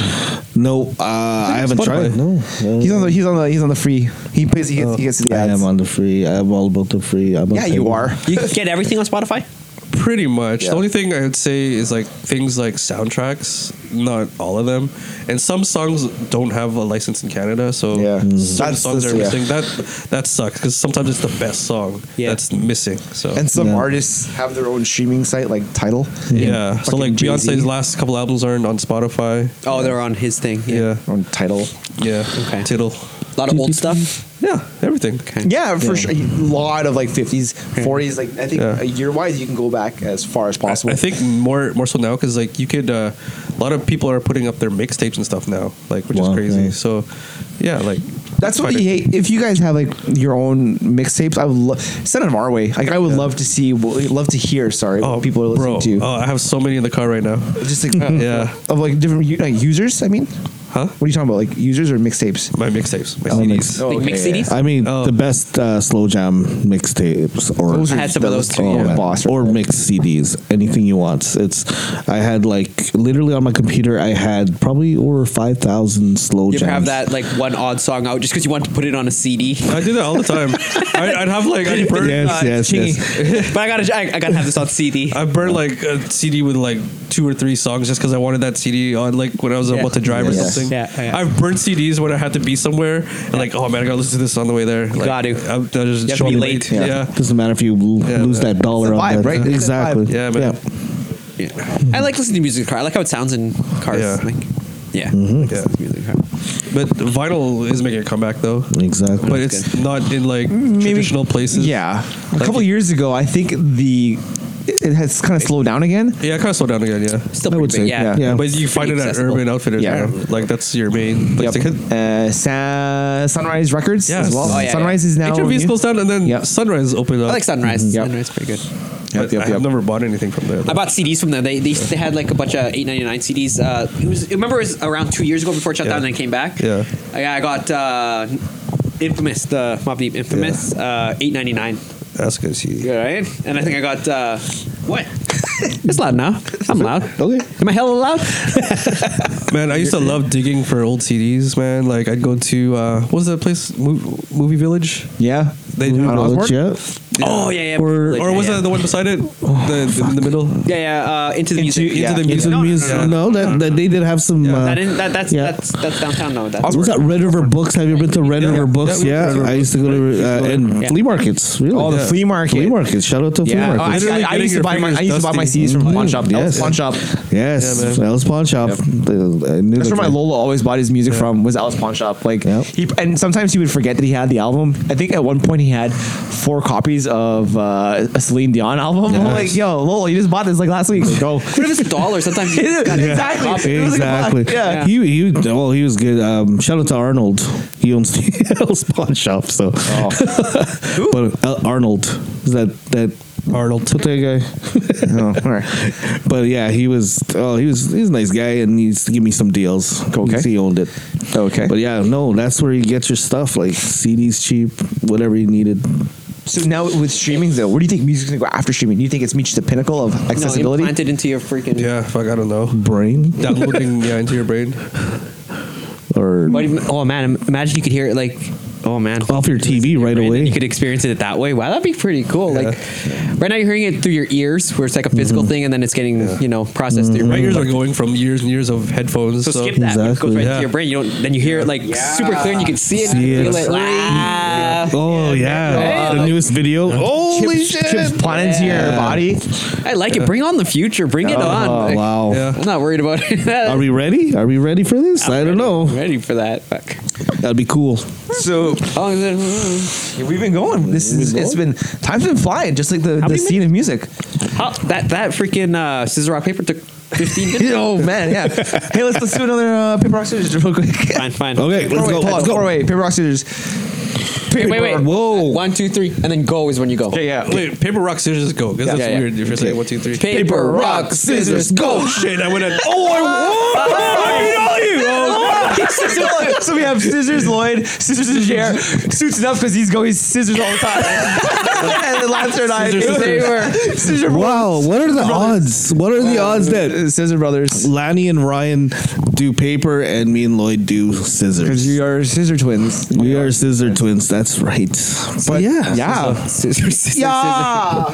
no, uh, I haven't
Spotify.
tried. No, no.
He's on the he's on the he's on the free. He pays. He gets, he gets
Oh,
the
I
ads.
am on the free. I'm all about the free. I'm on
yeah, you
table.
are.
You can get everything on Spotify.
Pretty much.
Yeah.
The only thing I would say is like things like soundtracks, not all of them, and some songs don't have a license in Canada, so
Yeah.
some
Mm. That's-
songs
that's-
are
yeah.
missing. That that sucks because sometimes it's the best song
Yeah.
that's missing. So
And some
Yeah.
artists have their own streaming site, like Title.
yeah, so
Fucking
like
Jay-Z.
Beyonce's last couple albums aren't on Spotify.
Oh, they're on his thing.
Yeah,
On Title.
yeah.
Okay.
Tittle.
a lot of old stuff.
Yeah, everything.
Yeah, for sure. A lot of like fifties, forties. Like I think
Yeah.
year wise, you can go back as far as possible.
I think more more so now because like you could uh, a lot of people are putting up their mixtapes and stuff now, like which
Wow,
is crazy.
nice.
So yeah, like
That's what
quite
you
a-
hate. If you guys have like your own mixtapes, I would lo- send them our way. Like I would love to see, love to hear. Sorry, what Oh, people are listening
Oh, bro,
to.
Oh, I have so many in the car right now.
Just like
Yeah.
of like different u- like users. I mean,
Huh?
what are you talking about? Like users or mixtapes?
My mixtapes, my
Oh,
CDs.
mix-
Oh,
like
okay,
mix
yeah.
CDs.
I mean,
Oh.
the best uh, slow jam mixtapes or
Those
I had some of those too,
oh,
yeah.
man.
boss,
or
right?
mix CDs, anything you want. It's I had like literally on my computer, I had probably over five thousand slow
You ever
jams.
have that like one odd song out just because you want to put it on a CD?
I do that all the time. I, I'd have like I'd burn,
Yes,
uh,
yes, yes.
but I gotta, I, I gotta have this on CD.
I burned like a CD with like two or three songs just because I wanted that CD on like when I was about to drive or
Yes.
something.
Yeah, yeah.
I've burned CDs when I had to be somewhere and like, oh man, I gotta listen to this on the way there. Like,
Gotta.
I, I just
You have
show
to be
up
late.
Yeah. yeah.
Doesn't matter if you l-
Yeah,
lose that dollar
It's a
on
vibe,
that.
right? It's a
Exactly.
vibe.
Yeah, man.
I like listening to music in the car. I like how it sounds in cars.
Yeah. Mm-hmm.
Like, yeah.
Yeah.
Like music in the car.
But vinyl is making a comeback though.
Exactly.
But it's not in like
Mm,
traditional places.
Yeah, a couple years ago, I think the it it has kind of slowed down again.
Yeah, kind of slow down again. Yeah.
Still
I
pretty
would
big.
say,
yeah.
yeah.
But you
It's
find
pretty
it at
accessible.
Urban Outfitters.
Yeah.
Yeah. Like that's your main. Like,
Yep. Uh, Sa- Sunrise Records
Yes.
as well.
Oh,
yeah,
Sunrise
yeah.
is now.
Now HMV
new.
goes down and then
Yep.
Sunrise opened up.
I like Sunrise.
Yep.
Sunrise pretty good.
But
Yep, yep,
I have
yep.
never bought anything from there.
I bought CDs from them. They they, they had like a bunch of eight ninety nine CDs. Uh, it was remember it was around two years ago before it shut
Yeah.
down. and Then came back.
Yeah.
I, I got uh, Infamous, the Mob Deep Infamous, uh, eight ninety nine.
That's good. See.
All right, and I think I got uh, what? it's loud now. I'm loud.
Okay.
Am I hella loud?
Man, I used to love digging for old CDs. Man, like I'd go to uh, what was that place? Mo- Movie Village,
Yeah,
They do
On
not
Osborne?
Knowledge, yeah.
Oh yeah, yeah.
or
Like,
or
yeah,
was
yeah.
that the one beside it? The in the middle.
Yeah, yeah. Uh, into the
Into-
music.
into
yeah.
the
music.
No, no, no,
Music-
no, no.
No, that, that they did have some. Uh,
That in, that, that's,
Yeah.
that's that's downtown though. That's
was that Red River Books? Have you been to Red
Yeah.
River Books?
Yeah,
Yeah,
we went to Red
I used to go to uh, and
Yeah.
flea markets. Really,
Oh, the
Yeah.
flea market.
flea markets. Shout out to
Yeah,
flea
oh, I,
markets.
I,
Literally
I
getting
used to
your
buy my I
fingers
used to buy my
dusty.
CDs from pawn
Mm.
shop.
Yes.
Yes, pawn shop.
Yes,
Yeah, man.
Val's Pawn Shop. I knew
That's
the
where my
guy.
Lola always bought his music from. Was Al's pawn shop. Like
Yep.
he and sometimes he would forget that he had the album. I think at one point he had four copies of uh, a Celine Dion album. I'm like, yo, Lola, you just bought this like last week. Go.
But if it's a dollar, sometimes you
Yeah, exactly. It was like a buck.
Exactly.
yeah.
He he. Oh, he was good. Um, shout out to Arnold. He owns the Al's Pawn Shop. So.
Oh.
but uh, Arnold is that that. Arnold, what that guy?
Oh, all right.
But yeah, he was. Oh, he was. He's a nice guy, and he used to give me some deals.
Okay.
he owned it.
Okay.
But yeah, no, that's where you get your stuff, like CDs cheap, whatever you needed.
So now with streaming though, where do you think music's gonna go after streaming? Do you think it's reached the pinnacle of
no,
accessibility?
implant it into your freaking.
Yeah, fuck, I don't know.
Brain
Downloading yeah into your brain.
Mm.
or
What do you- oh man, im- imagine you could hear it like, oh man,
off your TV right
And then
away.
You could experience it that way. Wow, that'd be pretty cool. Like, right now you're hearing it through your ears, where it's like a physical thing, and then it's getting you know processed through your
My
brain.
ears are going from years and years of headphones.
so,
Mm-hmm. So,
skip that. It
Exactly.
goes right
Yeah.
to your brain. You don't. Then you hear it like super clear, and you can see it.
See
and
it.
feel it. Wow.
Oh yeah,
Yeah.
the newest video. Holy
chips,
shit!
chips planted into your
Yeah.
body.
I like it. Bring on the future. Bring it on.
Oh
Like,
wow.
Yeah.
I'm not worried about it.
Are we ready? Are we ready for this? I don't know.
Ready for that? Fuck.
That'd be cool.
So
How long is
Yeah, we've been going. This is it's been time's been flying, just like the, the
many
scene of music.
it? How, Oh, that that freaking uh, scissor rock paper took 15 minutes.
oh man, yeah. hey, let's let's do another uh, paper rock scissors real quick.
Fine, fine.
Okay, let's
Four-way,
go.
pause,
Let's go.
four-way, paper rock scissors.
Wait, wait, wait.
Whoa.
One, two, three, and then go is when you go.
Okay, yeah.
Wait, paper, rock, scissors, go. Because that's
Yeah, yeah.
weird if you're saying one, two, three.
Paper, rock, scissors, go.
Shit, I went at. Oh, I
oh,
won! I know you! Oh,
so, so we have Scissors Lloyd, Scissors and Jer. Suits enough because he's going scissors all the time. and then Lancer and I,
Scissors,
they were Scissor Uh,
Wow, what are the odds? What are the odds that
Scissor Brothers.
Lanny and Ryan do paper and me and Lloyd do
Because
scissors?
you are scissor twins.
We are scissor twins. That's right. But yeah,
Yeah.
Scissors, scissors,
Yeah.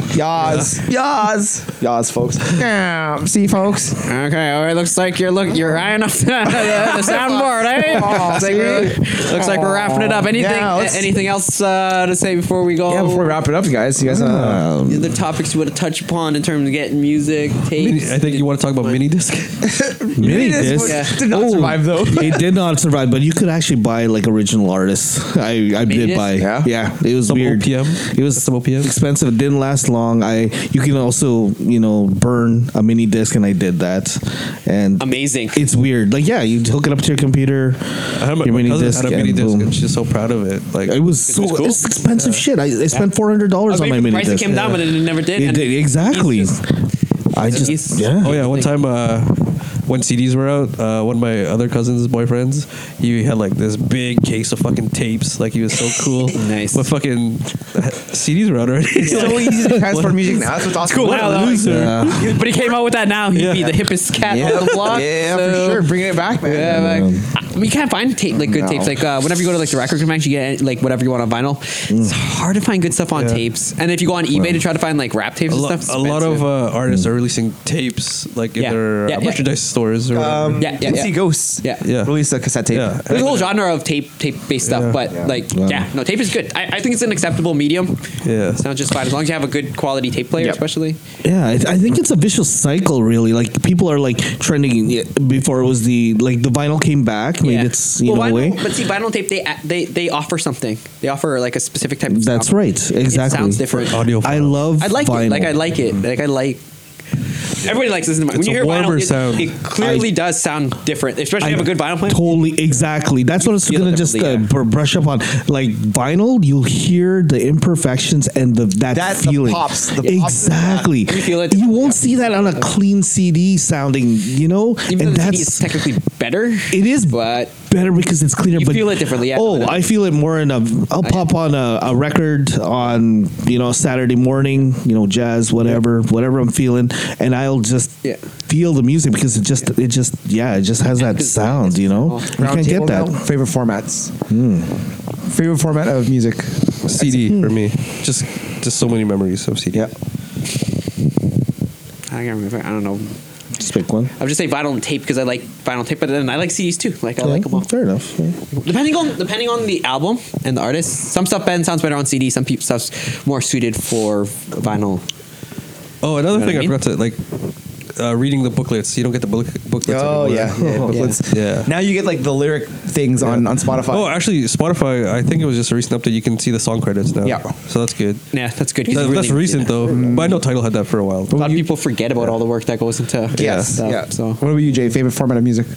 Yas. Yas. Yas, folks. Yeah. See, folks.
scissors. Okay, all right. Looks like you're look you're eyeing up the, the soundboard, eh?
Aw,
looks like, we're, looks like we're wrapping it up. Anything
Yeah, let's-
anything else uh, to say before we go?
Yeah, before we wrap it up, you guys, you guys, uh,
Um,
the topics you want to touch upon in terms of getting music, tapes.
I think you want to talk about mini disc.
mini
this
disc.
Yeah.
did not survive though.
it did not survive, but you could actually buy like original artists. I, I did
disc?
buy.
Yeah?
it was
Some
weird.
OPM?
It was
That's some OPM?
expensive. It didn't last long. I you can also you know burn a mini disc, and I did that. And
Amazing.
it's weird. Like yeah, you hook it up to your computer.
I had my,
your
my
mini
cousin
disc.
had a
and
mini disc,
boom.
and she's so proud of it. Like,
It was so
cool.
it's expensive shit. I, I spent four hundred dollars
I mean,
on my
the
mini
price
disc.
came down, but it never did.
It
and-
did exactly.
It's just-
I just
It's-
yeah.
Oh yeah, one time uh, when CDs were out, uh, one of my other cousins' boyfriends, he had like this big case of fucking tapes. Like he was so cool.
Nice.
But fucking CDs were out already.
It's so easy to transfer music now. That's what's awesome.
cool now, though.
Yeah.
But uh, he came out with that now. He'd be
Yeah.
the hippest cat
Yeah,
on the block.
yeah
so-
for sure. Bringing it back, man.
Yeah, like, I mean, you can't find tape like good
No.
tapes. Like uh, whenever you go to like the record convention, you get like whatever you want on vinyl. It's hard to find good stuff on
Yeah.
tapes. And if you go on eBay to try to find like rap tapes
a,
and
lo-
stuff, it's
a lot of
expensive.
uh, artists
Hmm.
are releasing tapes like in
Yeah.
their uh,
Yeah, yeah.
merchandise stores or whatever.
Um,
Yeah, yeah,
Gypsy
yeah.
Ghosts.
Yeah.
Yeah.
Released a cassette tape.
yeah.
There's a whole genre of tape tape based stuff,
Yeah.
but
Yeah.
like
Wow.
yeah, no tape is good. I, I think it's an acceptable medium.
Yeah.
it's not just fine as long as you have a good quality tape player,
Yep.
especially.
Yeah, I, I think it's a vicious cycle, really. Like people are like trending yeah, before it was the like the vinyl came back, made
Yeah.
its you
Well,
know
vinyl-
way.
But see, vinyl tape they they they offer something. They offer like a specific type. of
That's
sound.
right,
It
exactly.
sounds different.
Audio.
I love.
I like
vinyl.
it. Like I like it. Like I like. Everybody likes listening to vinyl.
It's
when you
a
hear
warmer
vinyl, it-
sound.
It, clearly
I-
does sound different, especially if you have a good vinyl player.
Totally, exactly. That's what I was
Feel it
gonna just uh,
differently,
br- brush up on. Like vinyl, you'll hear the imperfections and the that
That's the
feeling.
pops, the pops.
exactly.
You feel it.
You won't see that on a clean CD sounding. You know,
Even
and
though the CD is
that's
technically better,
it is
but
better because it's cleaner.
You
but
feel it differently, yeah.
Oh, I feel it more in a. I'll
I-
pop on a, a record on you know Saturday morning, you know jazz, whatever, whatever I'm feeling, and I'll just
Yeah.
feel the music because it just it just yeah it just has that sound. You know, you
Round
can't get
table
that.
now. Favorite formats. Favorite format of music.
CD for me. Just just so many memories of CD.
Yeah.
I can't remember. I don't know.
Just pick one.
I would just say vinyl and tape because I like vinyl tape, but then I like CDs too. Like I like them all.
Fair enough. yeah.
Depending on depending on the album and the artist, some stuff Ben sounds better on CD. Some peop stuff's more suited for vinyl.
Oh, another
You know
thing I,
what I
forgot to like uh, reading the booklets. You don't get the book- booklets.
Oh
anymore.
yeah, yeah, booklets.
Yeah.
Now you get like the lyric things on on Spotify.
Oh, actually, Spotify. I think it was just a recent update. You can see the song credits now.
Yeah.
so that's good.
Yeah, that's good. 'cause
That-
it really-
that's recent
yeah.
though. But I know Title had that for a while.
A lot of people forget about all the work that goes into
yes.
stuff,
yeah.
So
What about you, Jay? Favorite format of music?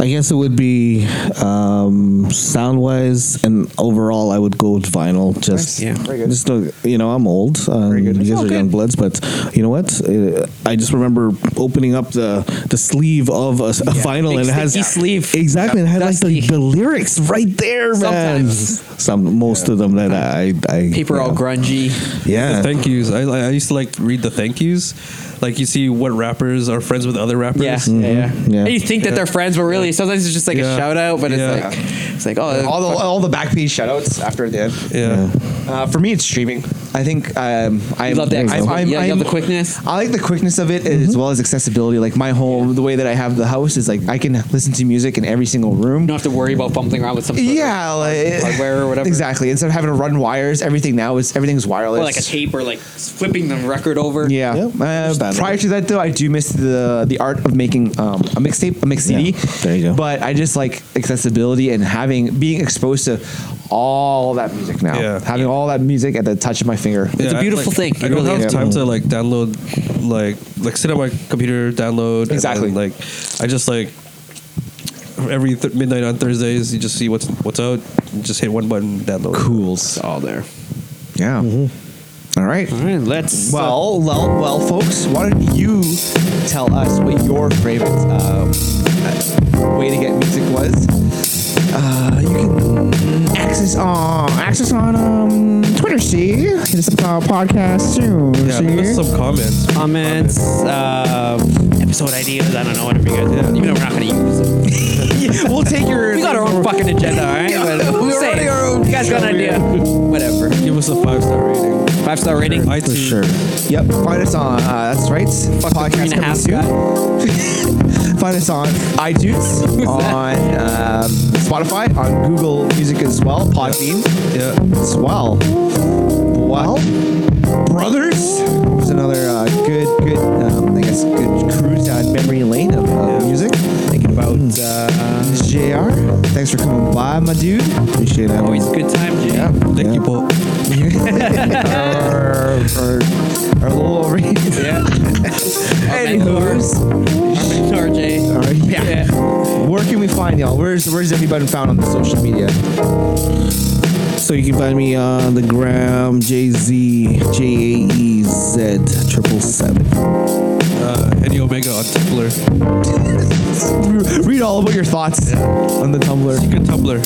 I guess it would be um, sound wise and overall. I would go with vinyl. Just
Yeah.
Very good.
Just look, you know, I'm old. Um,
good.
You guys
Oh,
are
good.
young bloods, but you know what? Uh, I just remember opening up the the sleeve of a, a vinyl
Big
and it has
sticky sleeve.
Exactly, and it had like the,
Dusty.
the lyrics right there, man.
Sometimes.
Some most of them that I, I
paper all grungy.
Yeah.
The thank yous. I, I used to like read the thank yous. Like you see what rappers are friends with other rappers.
Yeah, yeah, yeah.
yeah.
And you think that they're friends, but really, sometimes it's just like
Yeah.
a shout out. But it's
Yeah.
like, it's like, oh,
All the all the back page shoutouts after the end.
Yeah.
Uh, for me, it's streaming. I think um, I
You love the access- yeah, you love the quickness.
I like the quickness of it as well as accessibility. Like my home, the way that I have the house is like I can listen to music in every single room.
you don't have to worry about fumbling around with something.
Yeah, like
hardware or whatever.
Exactly. Instead of having to run wires, everything now is everything's wireless.
Or like a tape or like flipping the record over.
Yeah.
Yeah,
Uh,
understandable.
prior to that, though, I do miss the the art of making um, a mixtape, a mix
Yeah,
CD.
there you go.
But I just like accessibility and having being exposed to all that music now.
Yeah.
Having all that music at the touch of my finger.
a
Yeah, I-
beautiful
like,
thing.
I
It
don't
really
have
is.
time to like download, like like sit on my computer, download. and
Exactly.
then, like I just like every th- midnight on Thursdays, you just see what's what's out, Just hit one button, download. it.
Cools.
all there.
Yeah. All right.
Mm-hmm. All right, let's. uh,
Well, well, well, folks. Why don't you tell us what your favorite um, uh, way to get music was? Uh, you can access on access on um, Twitter. See, hit us up on our podcast soon.
Yeah,
see?
there's some comments.
comments, uh, episode ideas. I don't know whatever you guys. Even though we're not gonna use them,
we'll take your.
we got our own fucking agenda. All right, but
We're
we'll say
running our own
you guys got an idea. Whatever.
Give us a five star rating.
Five star rating.
iTunes.
For sure.
Yep. Find us on. Uh, that's right.
Fuck the
podcast
three and a
coming
half
soon.
guy.
Find us on iTunes, on um, Spotify, on Google Music as well, Podbean
Yeah.
as well. Well, brothers, it was another uh, good, good, um, I guess, good cruise down memory lane of uh, music.
Thinking about
Hmm.
uh,
Jr, thanks for coming by, my dude. Appreciate it.
always good time. Yeah.
Thank
Yeah.
you, Paul.
our, our, our little over here.
Yeah.
Anywho,
RJ.
all right, yeah.
Yeah.
Where can we find y'all? Where's Where's everybody found on the social media?
So you can find me on the gram, Jay Z, J A E Z, triple seven.
Uh, Eddie Omega on Tumblr.
read all about your thoughts on the Tumblr.
Good Tumblr.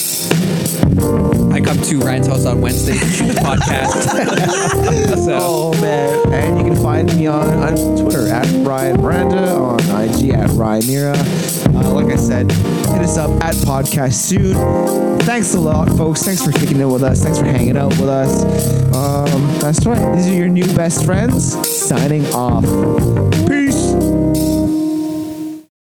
I come to Ryan's house on Wednesday to shoot the podcast. so,
Oh man! And you can find me on, on Twitter at Brian Miranda, on IG at Ryan Mira. Uh, like I said, hit us up at Podcast Soon. Thanks a lot, folks. Thanks for sticking it with us. Thanks for hanging out with us. Um, that's right. These are your new best friends signing off. Peace.